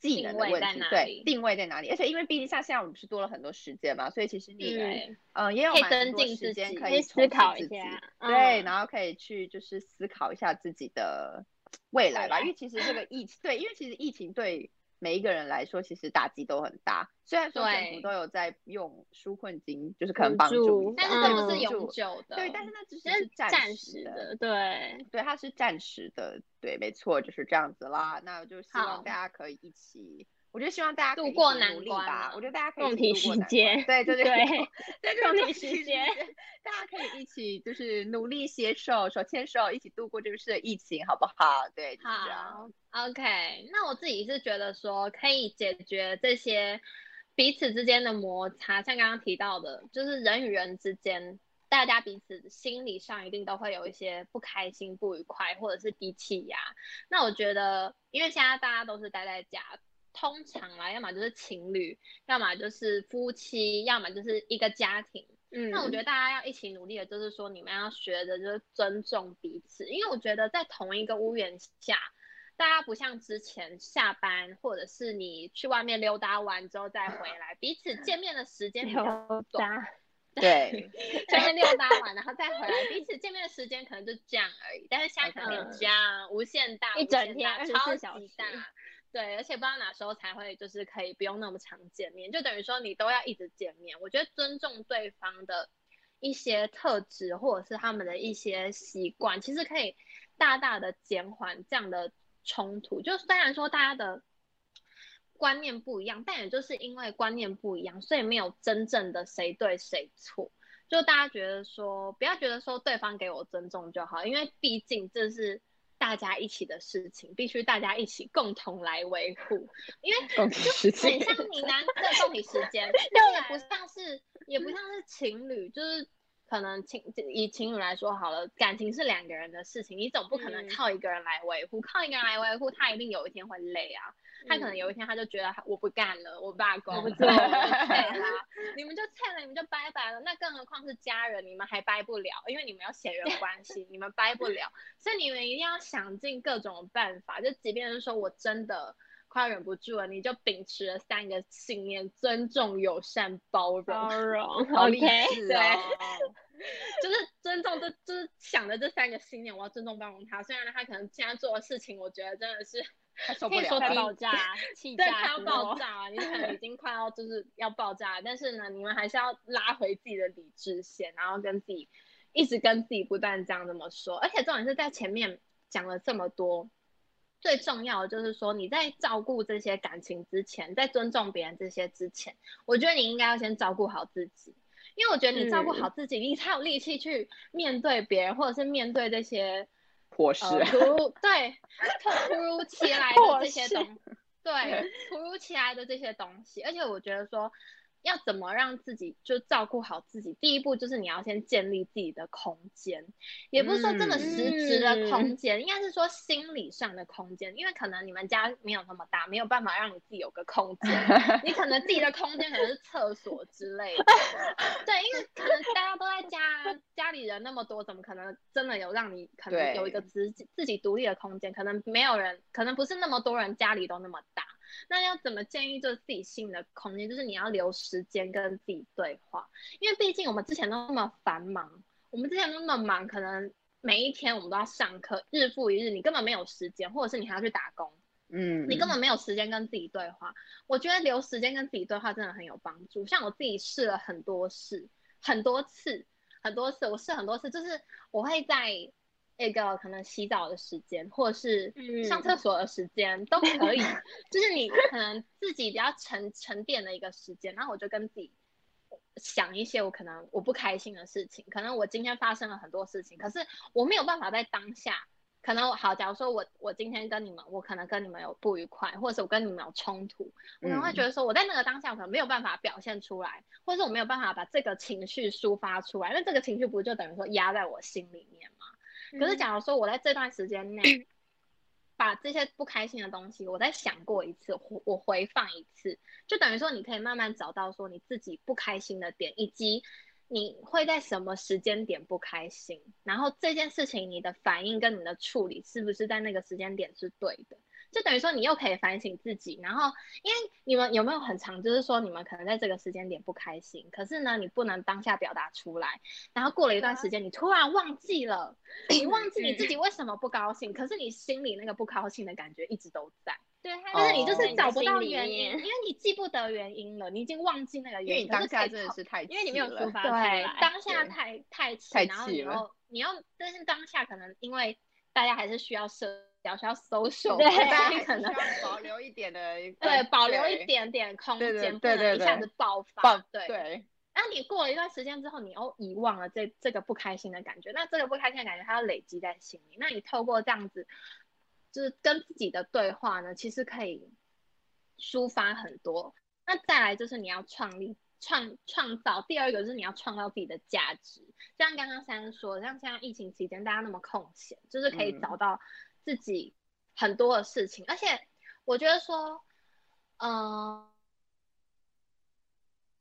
S2: 技
S1: 定
S2: 能的
S1: 位
S2: 问
S1: 在
S2: 题
S1: 哪，
S2: 对
S1: 里，
S2: 定位在哪里？而且因为毕竟像现在我们是多了很多时间嘛，所以其实你
S1: 对，
S2: 呃，也有
S1: 可以
S2: 蛮
S1: 增
S2: 多
S1: 进
S2: 时
S1: 自
S2: 间
S1: 己
S2: 可
S3: 可以
S2: 以
S3: 思
S2: 充实
S3: 考一
S2: 自己
S3: 下
S2: 对，
S3: 嗯
S2: 然后可以去就是思考一下自己的未来吧，
S3: 来
S2: 因为其实这个疫情，对，因为其实疫情对每一个人来说，其实打击都很大。虽然说政府
S1: 对
S2: 都有在用纾困金，就是可能
S3: 补
S2: 帮助
S3: 助
S2: 一
S1: 但
S2: 下，
S1: 是这不是
S3: 嗯
S2: 对补
S1: 永
S2: 助
S1: 久的，
S2: 对，但是那只
S3: 只是
S2: 是
S3: 暂
S2: 时
S3: 时的，对，
S2: 对，它是暂时的，对，没错，就是这样子啦。那就希望
S1: 好
S2: 大家可以一起，我觉得希望大家可
S1: 度
S2: 以一
S1: 过
S2: 起
S1: 难
S2: 努力
S1: 关
S2: 吧。
S1: 嘛
S2: 我觉得大家可以
S3: 共
S2: 一
S3: 体
S2: 起度过
S3: 时
S2: 难
S3: 间
S2: 关对
S3: 对
S2: 对对，对就是
S3: 共
S2: 共
S3: 体
S2: 体
S3: 时
S2: 时
S3: 间
S2: 间，大家可以一起就是努力携手，手牵手一起度过这次的疫情，好不好？对，就是这样。
S1: 好，OK，那我自己是觉得说可以解决这些彼此之间的摩擦，像刚刚提到的，就是人与人之间，大家彼此心理上一定都会有一些不开心、不愉快，或者是低气压。那我觉得，因为现在大家都是待在家，通常啦，要么就是情侣，要么就是夫妻，要么就是一个家庭。
S3: 嗯，
S1: 那我觉得大家要一起努力的，就是说你们要学着就是尊重彼此，因为我觉得在同一个屋檐下，大家不像之前下班或者是你去外面溜达完之后再回来，彼此见面的时间比 较
S3: 有
S1: 短，
S3: 渣，
S2: 对，
S1: 在外面溜达完然后再回来，彼此见面的时间可能就这样而已。但是现在可能
S3: 嗯
S1: 比这样无限大，
S3: 一
S1: 无
S3: 整
S1: 限
S3: 天
S1: 大
S3: 24
S1: 超
S3: 小
S1: 级
S3: 时
S1: 大。对，而且不知道哪时候才会就是可以不用那么常见面，就等于说你都要一直见面。我觉得尊重对方的一些特质或者是他们的一些习惯，其实可以大大的减缓这样的冲突。就虽然说大家的观念不一样，但也就是因为观念不一样，所以没有真正的谁对谁错。就大家觉得说，不要觉得说对方给我尊重就好，因为毕竟这是大家一起的事情，必须大家一起共同来维 护。因为
S2: 共体时
S1: 很
S2: 间。
S1: 像你拿对共体时 间，啊但也不像是也不像是情侣，就是可能情以情侣来说好了，感情是两个人的事情，你总不可能
S3: 嗯
S1: 靠一个人来维护，靠一个人来维护，他一定有一天会累啊。他
S3: 嗯
S1: 可能有一天他就觉得我不干了，我罢工了，
S3: 不做了
S1: 我退 了，你们就撤了，你们就拜拜了。那更何况是家人，你们还掰不了，因为你们有血缘关系，你们掰不了，所以你们一定要想尽各种办法。就即便是说我真的快要忍不住了，你就秉持了三个信念：尊重、友善、包容。
S3: 包容
S2: 好励
S3: ，OK，
S2: 志
S1: 对
S2: 哦！
S1: 就是尊重这，就是想着这三个信念，我要尊重包容他。虽然他可能现在做的事情，我觉得真的是
S2: 他受
S1: 可
S2: 不
S1: 以
S2: 了
S1: 说
S3: 快
S1: 低
S2: 了，
S3: 爆炸，气
S1: 对，
S3: 炸，
S1: 快要爆，炸了，你可能已经快要就是要爆炸了，但是呢，你们还是要拉回自己的理智线，然后跟自己一直跟自己不断这样这么说，而且重点是在前面讲了这么多。最重要的就是说，你在照顾这些感情之前，在尊重别人这些之前，我觉得你应该要先照顾好自己，因为我觉得你照顾好自己，你才有力气去面对别人，或者是面对这些
S2: 火势。
S1: 呃、突如对突突如其来的
S3: 或
S1: 这些
S3: 是
S1: 东，对突如其来的这些东西，而且我觉得说，要怎么让自己就照顾好自己，第一步就是你要先建立自己的空间，也不是说真的实质的空间，应该是说心理上的空间，因为可能你们家没有那么大，没有办法让你自己有个空间，你可能自己的空间可能是厕所之类的，对，因为可能大家都在家啊，家里人那么多，怎么可能真的有让你可能
S2: 对
S1: 有一个自己自己独立的空间？可能没有人，可能不是那么多人家里都那么大。那要怎么建议就是自己心里的空间？就是你要留时间跟自己对话，因为毕竟我们之前都那么繁忙，我们之前都那么忙，可能每一天我们都要上课，日复一日，你根本没有时间，或者是你还要去打工，
S2: 嗯，
S1: 你根本没有时间跟自己对话。我觉得留时间跟自己对话真的很有帮助。像我自己试了很多事，很多次，很多次，我试很多次，就是我会在一个可能洗澡的时间，或者是
S3: 嗯
S1: 上厕所的时间、都可以，就是你可能自己比较沉沉淀的一个时间，然后我就跟自己。想一些我可能我不开心的事情，可能我今天发生了很多事情，可是我没有办法在当下可能我好，假如说我我今天跟你们，我可能跟你们有不愉快，或者是我跟你们有冲突，我可能会
S2: 嗯
S1: 觉得说，我在那个当下我可能没有办法表现出来，或者是我没有办法把这个情绪抒发出来，那这个情绪不就等于说压在我心里面吗？可是
S3: 嗯
S1: 假如说我在这段时间内， 把这些不开心的东西，我再想过一次，我我回放一次，就等于说你可以慢慢找到说你自己不开心的点，以及你会在什么时间点不开心，然后这件事情你的反应跟你的处理是不是在那个时间点是对的。就等于说你又可以反省自己，然后因为你们有没有很常就是说你们可能在这个时间点不开心，可是呢你不能当下表达出来，然后过了一段时间你突然忘记了，你忘记你自己
S2: 嗯
S1: 为什么不高兴，可是你心里那个不高兴的感觉一直都在，
S3: 对，他
S1: 但是你就
S2: 哦
S1: 是找不到原因，因
S3: 因，
S1: 为你记不得原因了，你已经忘记那个
S2: 因
S1: 原
S2: 为
S1: 因，
S2: 你
S1: 可
S2: 当
S1: 是
S2: 下
S1: 可以
S2: 真的
S1: 靠
S2: 是太
S3: 因为你没有
S2: 气
S3: 抒
S2: 了
S3: 发出
S1: 对
S3: 来，，
S1: 当下
S2: 对
S1: 太太气，
S2: 太
S1: 然后
S2: 气
S1: 你又
S2: 了
S1: 你又，但是当下可能因为大家还是需要社交， 需要 social，
S3: 对
S1: 所以
S2: 大家
S1: 可
S2: 还是
S1: 能
S2: 需要保留一点的一个，
S1: 对保留一
S2: 对
S1: 点点空
S2: 对对
S1: 间，不
S2: 对
S1: 能
S2: 对
S1: 一下
S2: 对
S1: 子爆
S2: 抱
S1: 发。对，
S2: 对，
S1: 那你过了一段时间之后，你又遗忘了这这个不开心的感觉，那这个不开心的感觉它要累积在心里，那你透过这样子，就是跟自己的对话呢，其实可以抒发很多。那再来就是你要创立。创创造第二个就是你要创造自己的价值，像刚刚珊说，像现在疫情期间大家那么空闲，就是可以
S2: 嗯
S1: 找到自己很多的事情，而且我觉得说，嗯、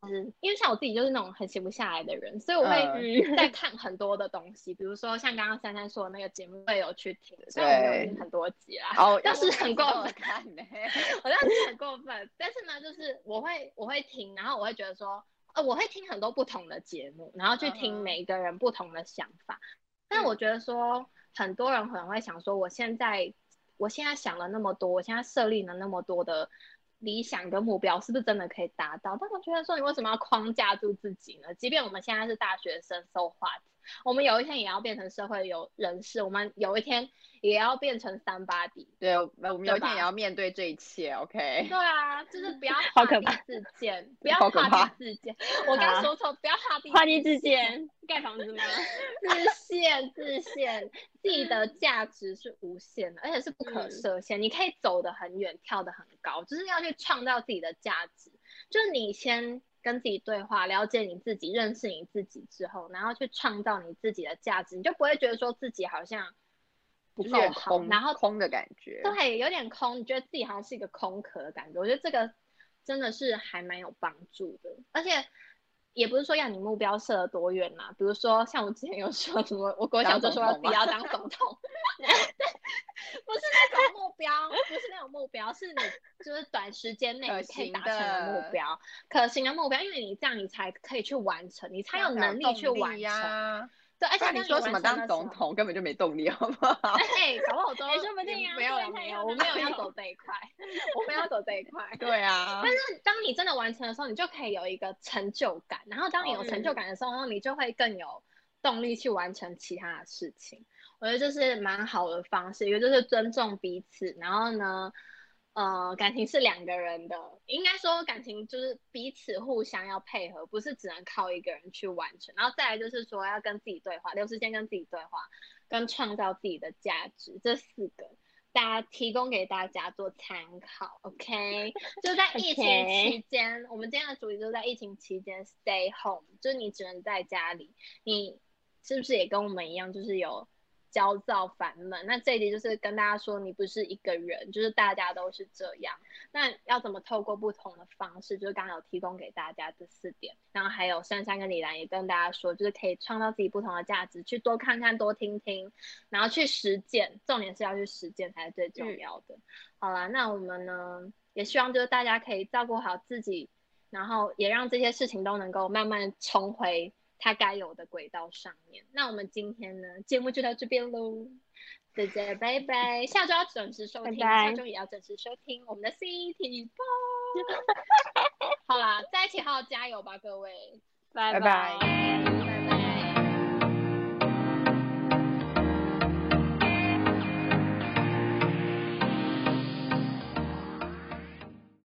S1: 嗯，因为像我自己就是那种很闲不下来的人，所以我
S2: 嗯
S1: 会
S3: 嗯，
S1: 在看很多的东西，比如说像刚刚珊珊说的那个节目，我也有去听，虽然我没有
S2: 对
S1: 听很多集啦，
S2: 哦，
S1: 但是
S2: 我
S1: 很
S2: 每次
S1: 过
S2: 都有
S1: 分
S2: 看呢，
S1: 我当时很过分，但是呢，就是我会我会听，然后我会觉得说，呃，我会听很多不同的节目，然后去
S2: 嗯
S1: 听
S2: 哼嗯
S1: 每一个人不同的想法。但我觉得说，很多人可能会想说，我现在我现在想了那么多，我现在设立了那么多的理想跟目标，是不是真的可以达到？但我觉得说，你为什么要框架住自己呢？即便我们现在是大学生，so what？我们有一天也要变成社会有人士，我们有一天也要变成三八底，
S2: 对，我们有一天
S1: 吧
S2: 也要面对这一切，OK，
S1: 对啊，就是不要
S3: 好
S1: 画
S3: 可
S1: 地
S3: 怕
S1: 自荐，不要
S2: 好可
S1: 画
S2: 怕
S1: 地自荐。我刚
S3: 好
S1: 说错，不要画地
S3: 画地
S1: 自
S3: 自限，盖房子吗？
S1: 自限自限，自己的价值是无限的，而且是不可
S3: 嗯
S1: 设限。你可以走得很远，跳得很高，就是要去创造自己的价值。就是你先跟自己对话，了解你自己，认识你自己之后，然后去创造你自己的价值，你就不会觉得说自己好像不
S2: 就是有
S1: 够
S2: 点
S1: 好，
S2: 空，
S1: 然后
S2: 空的感觉，
S1: 对，有点空，你觉得自己好像是一个空壳的感觉。我觉得这个真的是还蛮有帮助的，而且也不是说要你目标设得多远嘛，比如说像我之前有说什么，我国小
S2: 当
S1: 就说
S2: 总
S1: 要
S2: 统
S1: 自己要
S2: 吗
S1: 当总统， 不是那种目标，不是那种目标，是你就是短时间内
S2: 可
S1: 你可以
S2: 行
S1: 达成的目
S2: 的
S1: 标，可行的目标，因为你这样你才可以去完成，你才
S2: 要
S1: 有
S2: 才有
S1: 能力
S2: 动
S1: 去完
S2: 力
S1: 成。
S2: 呀。
S1: 对，而且
S2: 不然你
S1: 当
S2: 说什
S1: 完
S2: 么
S1: 成
S2: 当
S1: 的
S2: 总
S1: 时候
S2: 统根本就没动力，好不好？
S1: 哎，搞不 好我都
S3: 哎说不定啊
S1: 没有
S3: 说
S1: 了，
S3: 不定他
S1: 没
S3: 也
S1: 有，
S3: 要
S1: 我没
S3: 当
S1: 有要
S3: 总
S1: 走这一块， 我没有要走这一块。
S2: 对啊，
S1: 但是当你真的完成的时候，你就可以有一个成就感，然后当你有成就
S3: 嗯
S1: 感的时候，你就会更有动力去完成其他的事情。我觉得这是蛮好的方式，一个就是尊重彼此，然后呢，呃，感情是两个人的，应该说感情就是彼此互相要配合，不是只能靠一个人去完成。然后再来就是说要跟自己对话，留时间跟自己对话，跟创造自己的价值，这四个。大家提供给大家做参考，OK？就在疫情
S3: OK
S1: 期间我们今天的主题就是在疫情期间 stay home，就是你只能在家里，你是不是也跟我们一样，就是有焦躁烦闷？那这一集就是跟大家说，你不是一个人，就是大家都是这样。那要怎么透过不同的方式，就是刚刚有提供给大家这四点，然后还有珊珊跟李兰也跟大家说，就是可以创造自己不同的价值，去多看看、多听听，然后去实践，重点是要去实践才是最重
S3: 嗯
S1: 要的。好啦，那我们呢也希望就是大家可以照顾好自己，然后也让这些事情都能够慢慢重回它该有的轨道上面。那我们今天呢，节目就到这边喽，大家拜拜，下周要准时收听，
S3: 拜拜
S1: 下周也要准时收听我们的 CT 吧。好啦，在一起好好加油吧，各位。
S3: 拜
S2: 拜拜。